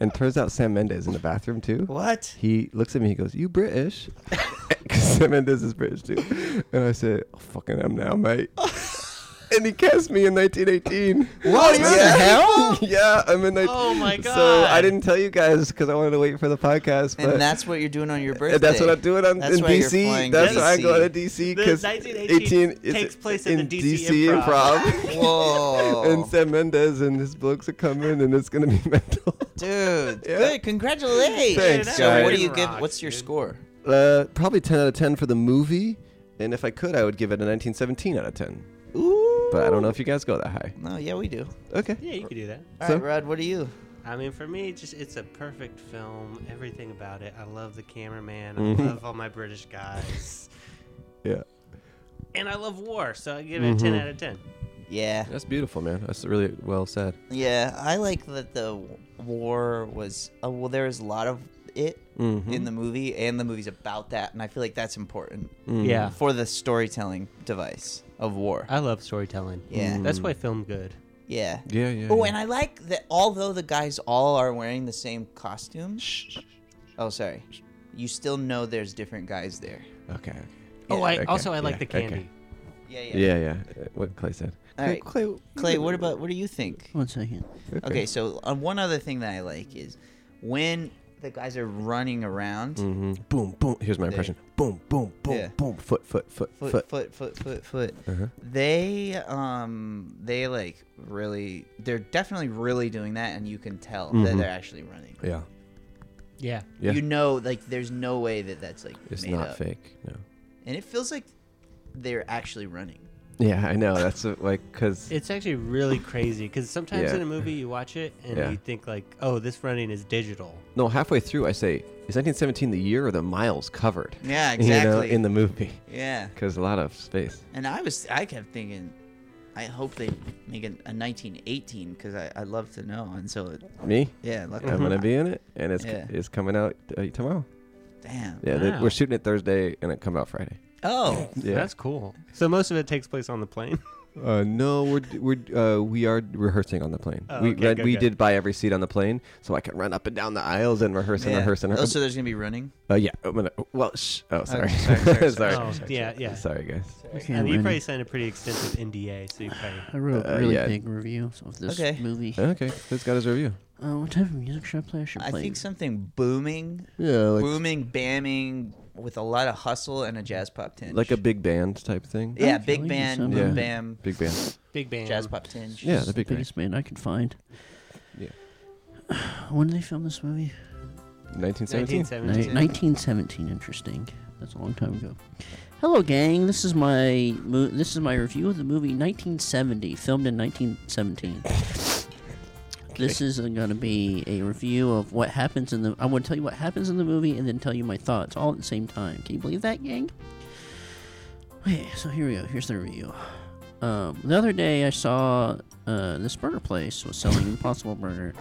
S5: and turns out Sam Mendes in the bathroom too.
S2: What?
S5: He looks at me. He goes, "You British?" (laughs) Because Sam Mendes is British too. And I said, oh, "Fucking am now,
S4: (laughs)
S5: mate." and he cast me in 1918.
S2: What the
S5: (laughs)
S2: hell?
S5: yeah, I'm in. 19-
S4: Oh my
S5: So I
S4: God.
S5: didn't tell you guys because I wanted to wait for the podcast. But
S2: And that's what you're doing on your birthday.
S5: and that's what I'm doing on,
S2: That's
S5: in
S2: why you're
S5: DC.
S2: flying
S5: That's why I
S2: DC.
S5: go to DC because
S4: 1918
S5: 18 is
S4: takes place at
S5: in,
S4: the
S5: DC,
S4: DC
S5: Improv.
S4: Improv.
S5: (laughs)
S2: Whoa.
S5: and Sam Mendes and his blokes are coming, and it's gonna be (laughs) mental.
S2: Dude,
S5: Yeah.
S2: good. Congratulations.
S5: Thanks,
S2: so what
S5: guys.
S2: do you give?
S4: Rocks,
S2: What's your
S4: dude.
S2: score?
S5: Uh, probably 10 out of 10 for the movie, and if I could, I would give it a 1917 out of 10.
S2: Ooh.
S5: But I don't know if you guys go that high.
S2: No, yeah, we do.
S5: Okay.
S4: Yeah, you could do that.
S2: All right,
S5: So-
S2: Rod, what are you?
S4: I mean, for me, it's just it's a perfect film. Everything about it. I love the cameraman. I
S5: Mm-hmm.
S4: love all my British guys, (laughs)
S5: Yeah.
S4: and I love war. So I give it
S5: Mm-hmm.
S4: a ten out of ten.
S2: Yeah,
S5: That's beautiful, man. That's really well said.
S2: yeah. I like that the war was. Uh, well, there is a lot of it
S5: Mm-hmm.
S2: in the movie, and the movie's about that, and I feel like that's important
S5: Mm. Mm-hmm.
S4: Yeah, Uh,
S2: for the storytelling device of war.
S4: I love storytelling. Mm-hmm.
S2: Yeah.
S4: that's
S5: Mm-hmm.
S4: why film good.
S2: yeah.
S5: Yeah, yeah.
S2: Oh, and I like that. Although the guys all are wearing the same costume. Oh, sorry. You still know there's different guys there.
S5: Okay.
S4: Oh, I
S5: okay,
S4: also I like
S5: yeah,
S4: the candy.
S5: okay.
S2: Yeah, yeah.
S5: Yeah, yeah. Uh, What Clay said.
S2: All right.
S5: Clay,
S2: Clay, what about what do you think?
S3: One second.
S5: Okay.
S2: Okay, so uh, one other thing that I like is when the guys are running around,
S5: Mhm. Boom, boom. Here's my impression. Boom, boom, boom,
S2: Yeah.
S5: boom. Foot, foot, foot,
S2: foot,
S5: foot. Uh-huh.
S2: foot, foot, foot, foot, They um they like really they're definitely really doing that, and you can tell that they're actually running.
S5: Yeah.
S4: Yeah,
S5: Mm-hmm. Yeah.
S2: You know, like there's no way that that's like
S5: It's
S2: made
S5: not
S2: up.
S5: fake. No.
S2: and it feels like they're actually running.
S5: Yeah, I know. That's uh, like because
S4: it's actually really crazy because sometimes
S5: Yeah.
S4: in a movie you watch it and
S5: Yeah.
S4: you think like, oh, this running is digital.
S5: no, halfway through I say, is 1917 the year or the miles covered?
S2: Yeah,
S5: (laughs) You know,
S2: exactly.
S5: in the movie,
S2: Yeah,
S5: because a lot of space.
S2: and I was I kept thinking. I hope they make an, a 1918 because I, I love to know, and so it,
S5: Me,
S2: yeah, luckily
S5: I'm gonna be in it, and it's
S2: Mm-hmm. Yeah.
S5: it's coming out uh, tomorrow.
S2: damn.
S5: Yeah, they-
S4: Wow.
S5: we're shooting it Thursday, and it come out Friday.
S2: Oh,
S5: Yeah.
S4: that's cool. So most of it takes place on the
S5: (laughs)
S4: plane.
S5: Uh, no, we're we're uh, we are rehearsing on the plane.
S4: Oh,
S5: we
S4: okay,
S5: read,
S4: good,
S5: we
S4: good.
S5: did buy every seat on the plane, so I can run up and down the aisles and rehearse and
S2: Yeah.
S5: rehearse and
S2: Oh,
S5: rehearse.
S2: so there's gonna be running.
S5: uh, yeah, I'm gonna, well, shh. Oh, sorry,
S2: sorry, sorry, sorry,
S5: (laughs) sorry,
S4: Oh, yeah, yeah.
S5: sorry, guys.
S3: Okay,
S4: I mean, you
S3: Brandon.
S4: probably signed a pretty extensive NDA, so you probably.
S3: I wrote
S5: Uh,
S3: a really
S5: yeah.
S3: big review of this
S2: Okay.
S3: movie.
S5: Okay, Clint's got his review.
S3: Uh, what type of music should I play? I should
S2: I
S3: play.
S2: think something booming,
S5: Yeah, like
S2: booming, bamming with a lot of hustle and a jazz pop tinge.
S5: like a big band type thing.
S2: yeah,
S3: Okay,
S2: big
S3: you
S2: band,
S3: sound
S2: boom
S5: Yeah.
S2: bam,
S5: Big band.
S4: Big band.
S2: jazz pop tinge.
S5: Yeah,
S3: It's
S5: that'd
S3: the
S5: be great.
S3: biggest band I can find.
S5: Yeah.
S3: (sighs) When did they film this movie?
S5: 1917.
S3: Ni-
S4: 1917.
S3: 1917. Interesting. That's a long time ago. Hello, gang. This is my mo- this is my review of the movie 1970, filmed in 1917. This is going to be a review of what happens in the. I want to tell you what happens in the movie and then tell you my thoughts all at the same time. Can you believe that, gang? Okay, so here we go. Here's the review. Um, the other day, I saw uh, this burger place was selling Impossible Burger.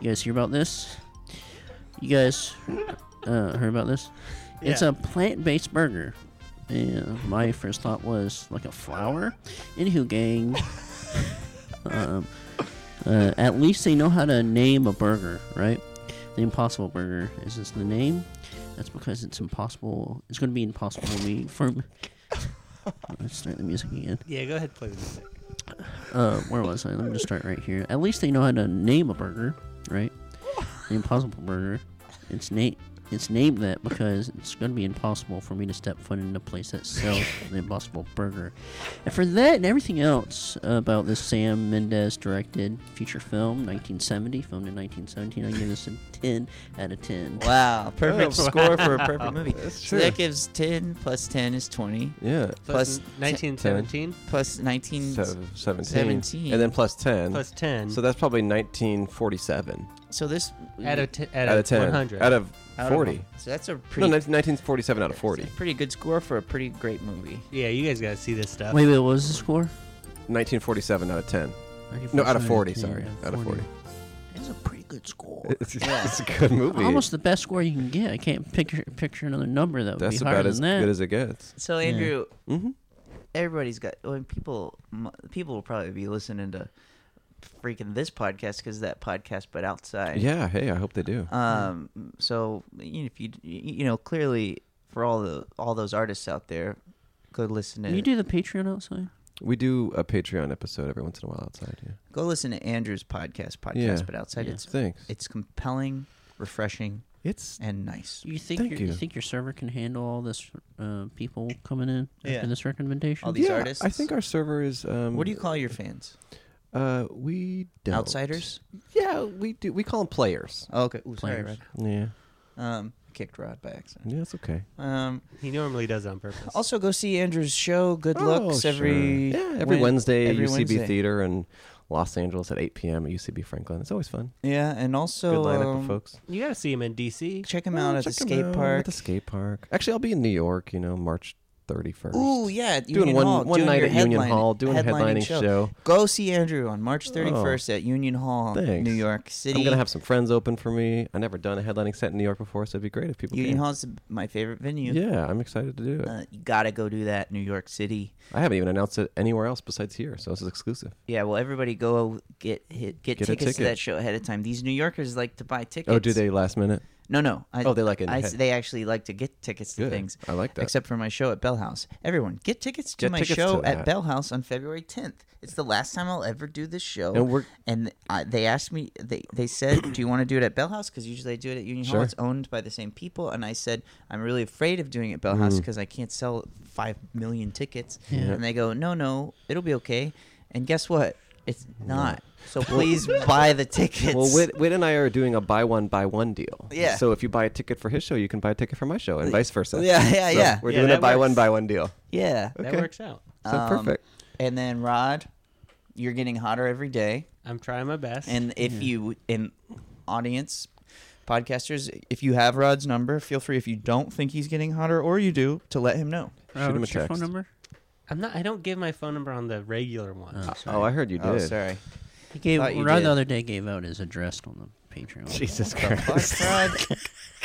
S3: You guys hear about this? You guys uh, heard about this? It's
S4: Yeah.
S3: a plant-based burger. And my first thought was like a flower. Anywho, gang. um, uh, at least they know how to name a burger, right? The Impossible Burger is this the name? That's because it's impossible. It's going to be impossible to me for. Let's start the music again.
S4: Yeah, go ahead, play the music.
S3: Uh, where was I? Let me just start right here. At least they know how to name a burger, right? The Impossible Burger. It's Nate. It's named that because it's going to be impossible for me to step foot in a place that sells the Impossible Burger. And for that and everything else about this Sam Mendes directed feature film, 1970, filmed in 1917, I give this a 10 out of 10.
S5: (laughs)
S2: Wow, perfect score for a perfect movie. So
S5: Oh, true.
S2: that gives 10 plus 10 is 20,
S5: Yeah.
S2: Plus
S4: Plus n- 1917
S2: plus 19.
S5: So 17.
S2: 17.
S5: And then plus 10.
S4: plus 10
S5: So that's probably 1947.
S2: So this
S4: out of t- out,
S5: out
S4: of
S5: of 10.
S4: 100.
S5: Out of
S2: I don't
S5: 40.
S2: know. So that's a
S5: No,
S2: pretty
S5: 1947 out of 40.
S2: it's a pretty good score for a pretty great movie.
S4: yeah, you guys gotta see this stuff.
S3: Wait, wait, what was the score?
S5: 1947 out of 10. No, out of 40,
S3: 10,
S5: sorry. Out of 40.
S3: That's a pretty good score.
S5: (laughs) It's, it's a good movie.
S3: Almost the best score you can get. I can't picture picture another number that would
S5: That's
S3: be higher
S5: about as
S3: than that.
S5: good as it gets.
S2: So Andrew,
S5: Mhm.
S2: everybody's got when people m- people will probably be listening to freaking this podcast because that podcast, but outside.
S5: Yeah, hey, I hope they do.
S2: Um. So you know, if you d- you you know clearly for all the all those artists out there, go listen to
S3: Can you do the Patreon outside?
S5: we do a Patreon episode every once in a while outside. Yeah.
S2: go listen to Andrew's podcast. Podcast,
S5: Yeah.
S2: but outside it's
S5: Thanks.
S2: it's compelling, refreshing,
S5: It's
S2: and nice.
S3: You think
S5: Thank
S3: your, you.
S5: you.
S3: think your server can handle all this uh, people coming in after this recommendation?
S2: All these
S5: yeah,
S2: artists.
S5: I think our server is. Um,
S2: What do you call your fans?
S5: Uh, we don't.
S2: Outsiders?
S5: Yeah, we do. We call them players.
S2: Oh, okay. Ooh, sorry, Rod.
S3: Players.
S5: Yeah.
S2: Um, kicked Rod by accident.
S5: Yeah, that's okay.
S2: Um,
S4: He normally does it on purpose.
S2: also go see Andrew's show, Good Looks,
S5: Oh, sure.
S2: every
S5: yeah, every
S2: Wed-
S5: Wednesday
S2: every
S5: at UCB
S2: Wednesday.
S5: Theater in Los Angeles at 8 p.m. at UCB Franklin. It's always fun.
S2: Yeah, and
S5: Good
S2: also
S5: lineup
S2: um,
S5: of folks.
S4: you gotta see him in DC.
S2: check him out
S5: Yeah,
S2: at the
S5: Oh, check 'em
S2: skate
S5: out
S2: park.
S5: At the skate park. Actually, I'll be in New York. You know, March 31st.
S2: Ooh, yeah, at
S5: Doing
S2: Union
S5: one-
S2: Hall,
S5: one
S2: doing
S5: night
S2: your
S5: at Union
S2: headlining-
S5: Hall, doing a
S2: headlining
S5: headlining show. Oh.
S2: Go see Andrew on March 31st at Union Hall,
S5: Thanks.
S2: New York City.
S5: I'm gonna have some friends open for me. I never done a headlining set in New York before, so it'd be great if people.
S2: Union
S5: came.
S2: Hall's my favorite venue.
S5: Yeah, I'm excited to do it.
S2: Uh, you gotta go do that, New York City.
S5: I haven't even announced it anywhere else besides here, so this is exclusive.
S2: Yeah, well, everybody go get hit, get,
S5: Get a
S2: tickets to
S5: ticket.
S2: that show ahead of time. These New Yorkers like to buy tickets.
S5: Oh, do they last minute?
S2: No, no. I,
S5: Oh, they like it in
S2: I,
S5: the
S2: s-
S5: head.
S2: they actually like to get tickets to
S5: Good.
S2: things.
S5: I like that.
S2: Except for my show at Bell House. Everyone, get tickets to
S5: Get
S2: my
S5: tickets
S2: show
S5: to
S2: at
S5: that.
S2: Bell House on February 10th. It's the last time I'll ever do this show.
S5: And we're-
S2: and I, they asked me, they, they said, do you want to do it at Bell House? Because usually I do it at Union Hall.
S5: Sure.
S2: It's owned by the same people. And I said, I'm really afraid of doing it at Bell
S5: Mm.
S2: House because I can't sell 5 million tickets. And they go, no, no, it'll be okay. And guess what? It's not. So please buy the tickets.
S5: Well, Whit, Whit and I are doing a buy one buy one deal.
S2: Yeah.
S5: So if you buy a ticket for his show, you can buy a ticket for my show, and vice versa.
S2: Yeah, yeah,
S5: So
S2: yeah.
S5: We're
S4: Yeah,
S5: doing a
S4: that
S5: buy
S4: works.
S5: one buy one deal.
S2: yeah.
S4: That
S5: Okay.
S4: works out.
S5: So
S2: Um,
S5: perfect.
S2: And then Rod, you're getting hotter every day.
S4: I'm trying my best.
S2: And if you in audience podcasters, if you have Rod's number, feel free if you don't think he's getting hotter or you do to let him know.
S5: Shoot him a
S3: what's your phone
S5: text.
S3: number?
S4: I'm not. I don't give my phone number on the regular one.
S3: Oh,
S5: Oh,
S3: sorry.
S5: I heard you did.
S2: Oh, sorry.
S3: he gave,
S2: thought you
S3: Rod
S2: did.
S3: the other day gave out his address on the Patreon. (laughs)
S5: Jesus
S2: (laughs) Fuck,
S5: Christ.
S2: Rod.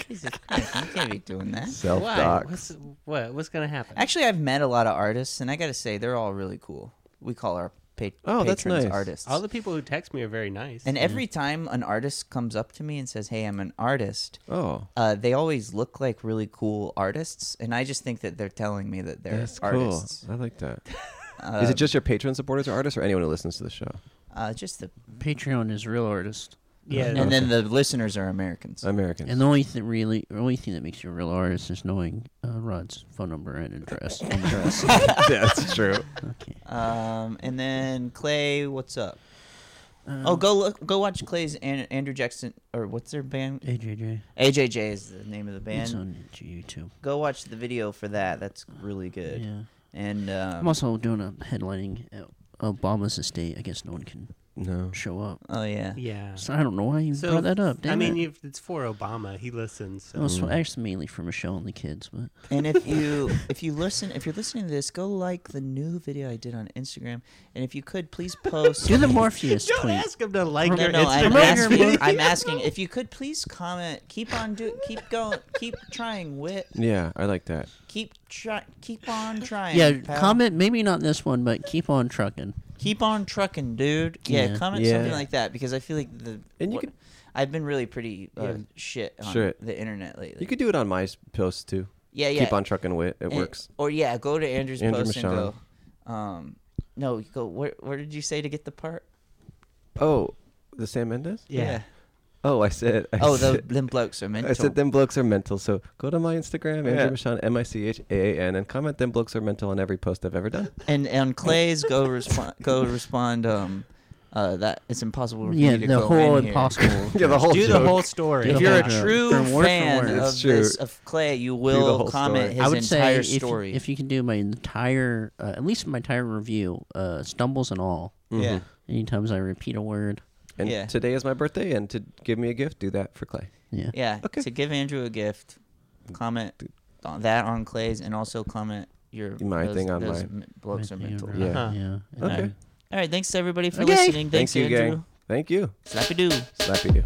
S2: Jesus Christ, you can't be doing that.
S5: Self
S4: Why?
S5: doc.
S4: What's, what? What's gonna happen?
S2: Actually, I've met a lot of artists, and I got to say, they're all really cool. We call our pa-
S5: Oh,
S2: patrons
S5: that's nice.
S2: artists.
S4: All the people who text me are very nice.
S2: and every time an artist comes up to me and says, Hey, I'm an artist,
S5: Oh,
S2: uh, they always look like really cool artists, and I just think that they're telling me that they're
S5: that's
S2: artists.
S5: cool. I like that. Is it just your Patreon supporters or artists or anyone who listens to the show?
S2: Uh, just the
S3: Patreon is real artist.
S4: yeah.
S2: and then the listeners are Americans.
S5: Americans. (laughs)
S3: And the only thing really, the only thing that makes you a real artist is knowing uh, Rod's phone number and address. address.
S5: yeah, that's true.
S3: Okay.
S2: Um, and then Clay, what's up?
S3: Um,
S2: oh, go look, go watch Clay's An- Andrew Jackson or what's their band?
S3: AJJ,
S2: AJJ is the name of the
S3: it's
S2: band.
S3: on YouTube.
S2: Go watch the video for that. That's really good.
S3: Yeah.
S2: And
S3: I'm
S2: um,
S3: also doing a headlining at Obama's estate. I guess no one can
S5: No.
S3: show up.
S2: oh yeah,
S4: yeah.
S3: So I don't know why you brought that up. Damn
S4: I mean,
S3: it.
S4: if it's for Obama. He listens. So.
S3: It was
S2: Mm.
S3: actually mainly for Michelle and the kids,
S2: (laughs)
S3: but
S2: and if
S3: (laughs)
S2: you if you listen if you're listening to this, go like the new video I did on Instagram. And if you could please post
S3: do the Morpheus
S4: Don't
S3: tweet.
S4: ask him to like
S2: No,
S4: your
S2: no, I'm
S4: Instagram.
S2: asking.
S5: (laughs)
S2: I'm asking if you could please comment. Keep on do. Keep going. Keep trying. Wit.
S5: Yeah, I like that.
S2: Keep try. Keep on trying.
S3: Yeah,
S2: pal.
S3: comment maybe not this one, but keep on trucking.
S2: Keep on trucking, dude. Yeah,
S3: Yeah.
S2: comment
S5: Yeah.
S2: something like that because I feel like the.
S5: And you
S2: what-
S5: could-
S2: I've been really pretty uh, shit on
S5: Shit.
S2: the internet lately.
S5: You could do it on my posts too.
S2: Yeah, yeah.
S5: Keep on trucking wit. It
S2: And-
S5: works.
S2: Or yeah, go to Andrew's
S5: Andrew
S2: post and
S5: Michon.
S2: go. Um, no, you go. Where Where did you say to get the part?
S5: Oh, the Sam Mendes?
S4: yeah.
S5: Oh, I said. I
S2: Oh, the
S5: said,
S2: limp blokes are mental.
S5: I said them blokes are mental. So go to my Instagram, Andrew
S2: Yeah.
S5: Michon, M I C H A A N, and comment them blokes are mental on every post I've ever done.
S2: and and Clay's go respond. Go respond. Um, uh, that it's impossible. For
S3: Yeah,
S2: me to
S3: the
S2: go
S3: whole
S2: in here.
S3: impossible.
S5: (laughs) yeah, the whole
S4: Do the whole story.
S3: Oh, Do
S2: If
S3: the
S2: you're
S3: whole
S2: a
S3: joke.
S2: true
S3: From word for
S2: fan
S3: word.
S2: of
S5: It's true.
S2: this of Clay, you
S5: the
S2: will
S5: whole
S2: comment
S5: story.
S2: his
S3: I would say
S2: entire
S3: if,
S2: story.
S3: if you can do my entire, uh, at least my entire review, uh, stumbles and all,
S5: Mm-hmm.
S2: yeah.
S3: any times I repeat a word.
S5: And
S2: Yeah.
S5: today is my birthday, and to give me a gift, do that for Clay.
S3: Yeah.
S2: Yeah.
S5: Okay.
S2: To give Andrew a gift, comment on that on Clay's, and also comment your
S5: My
S2: those,
S5: thing on
S2: those
S5: my-
S2: m- blokes are mental.
S3: Yeah.
S5: Yeah.
S3: yeah. And
S4: Uh-huh.
S5: Okay.
S3: I-
S2: All right. Thanks everybody for
S3: Okay.
S2: listening. Thanks,
S5: Thank you,
S2: Andrew.
S5: gang. Thank you.
S2: Slappy doo.
S5: Slappy do.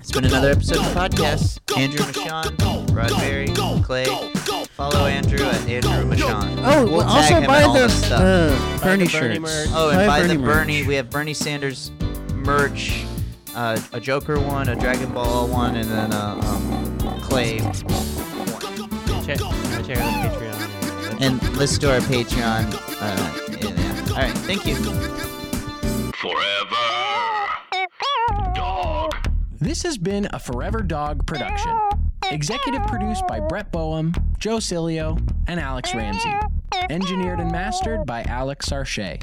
S2: It's been another episode of the podcast. Andrew Michon, Rod Berry, Clay. Follow Andrew at Andrew Michon.
S3: Oh,
S2: We'll
S3: well,
S2: tag him
S3: also
S2: in
S3: buy
S2: all
S3: the
S2: this stuff.
S3: uh, Bernie
S4: Bernie merch.
S3: shirts.
S2: Oh, and buy the
S3: merch.
S2: Bernie. We have Bernie Sanders merch, uh, a Joker one, a Dragon Ball one, and then uh, um, Clay.
S4: Check, check out the Patreon. and-
S2: And listen to our Patreon. Uh, yeah, yeah. All right, thank you.
S1: Forever. Dog.
S7: This has been a Forever Dog production. Executive produced by Brett Boehm, Joe Cilio, and Alex Ramsey. Engineered and mastered by Alex Sarche.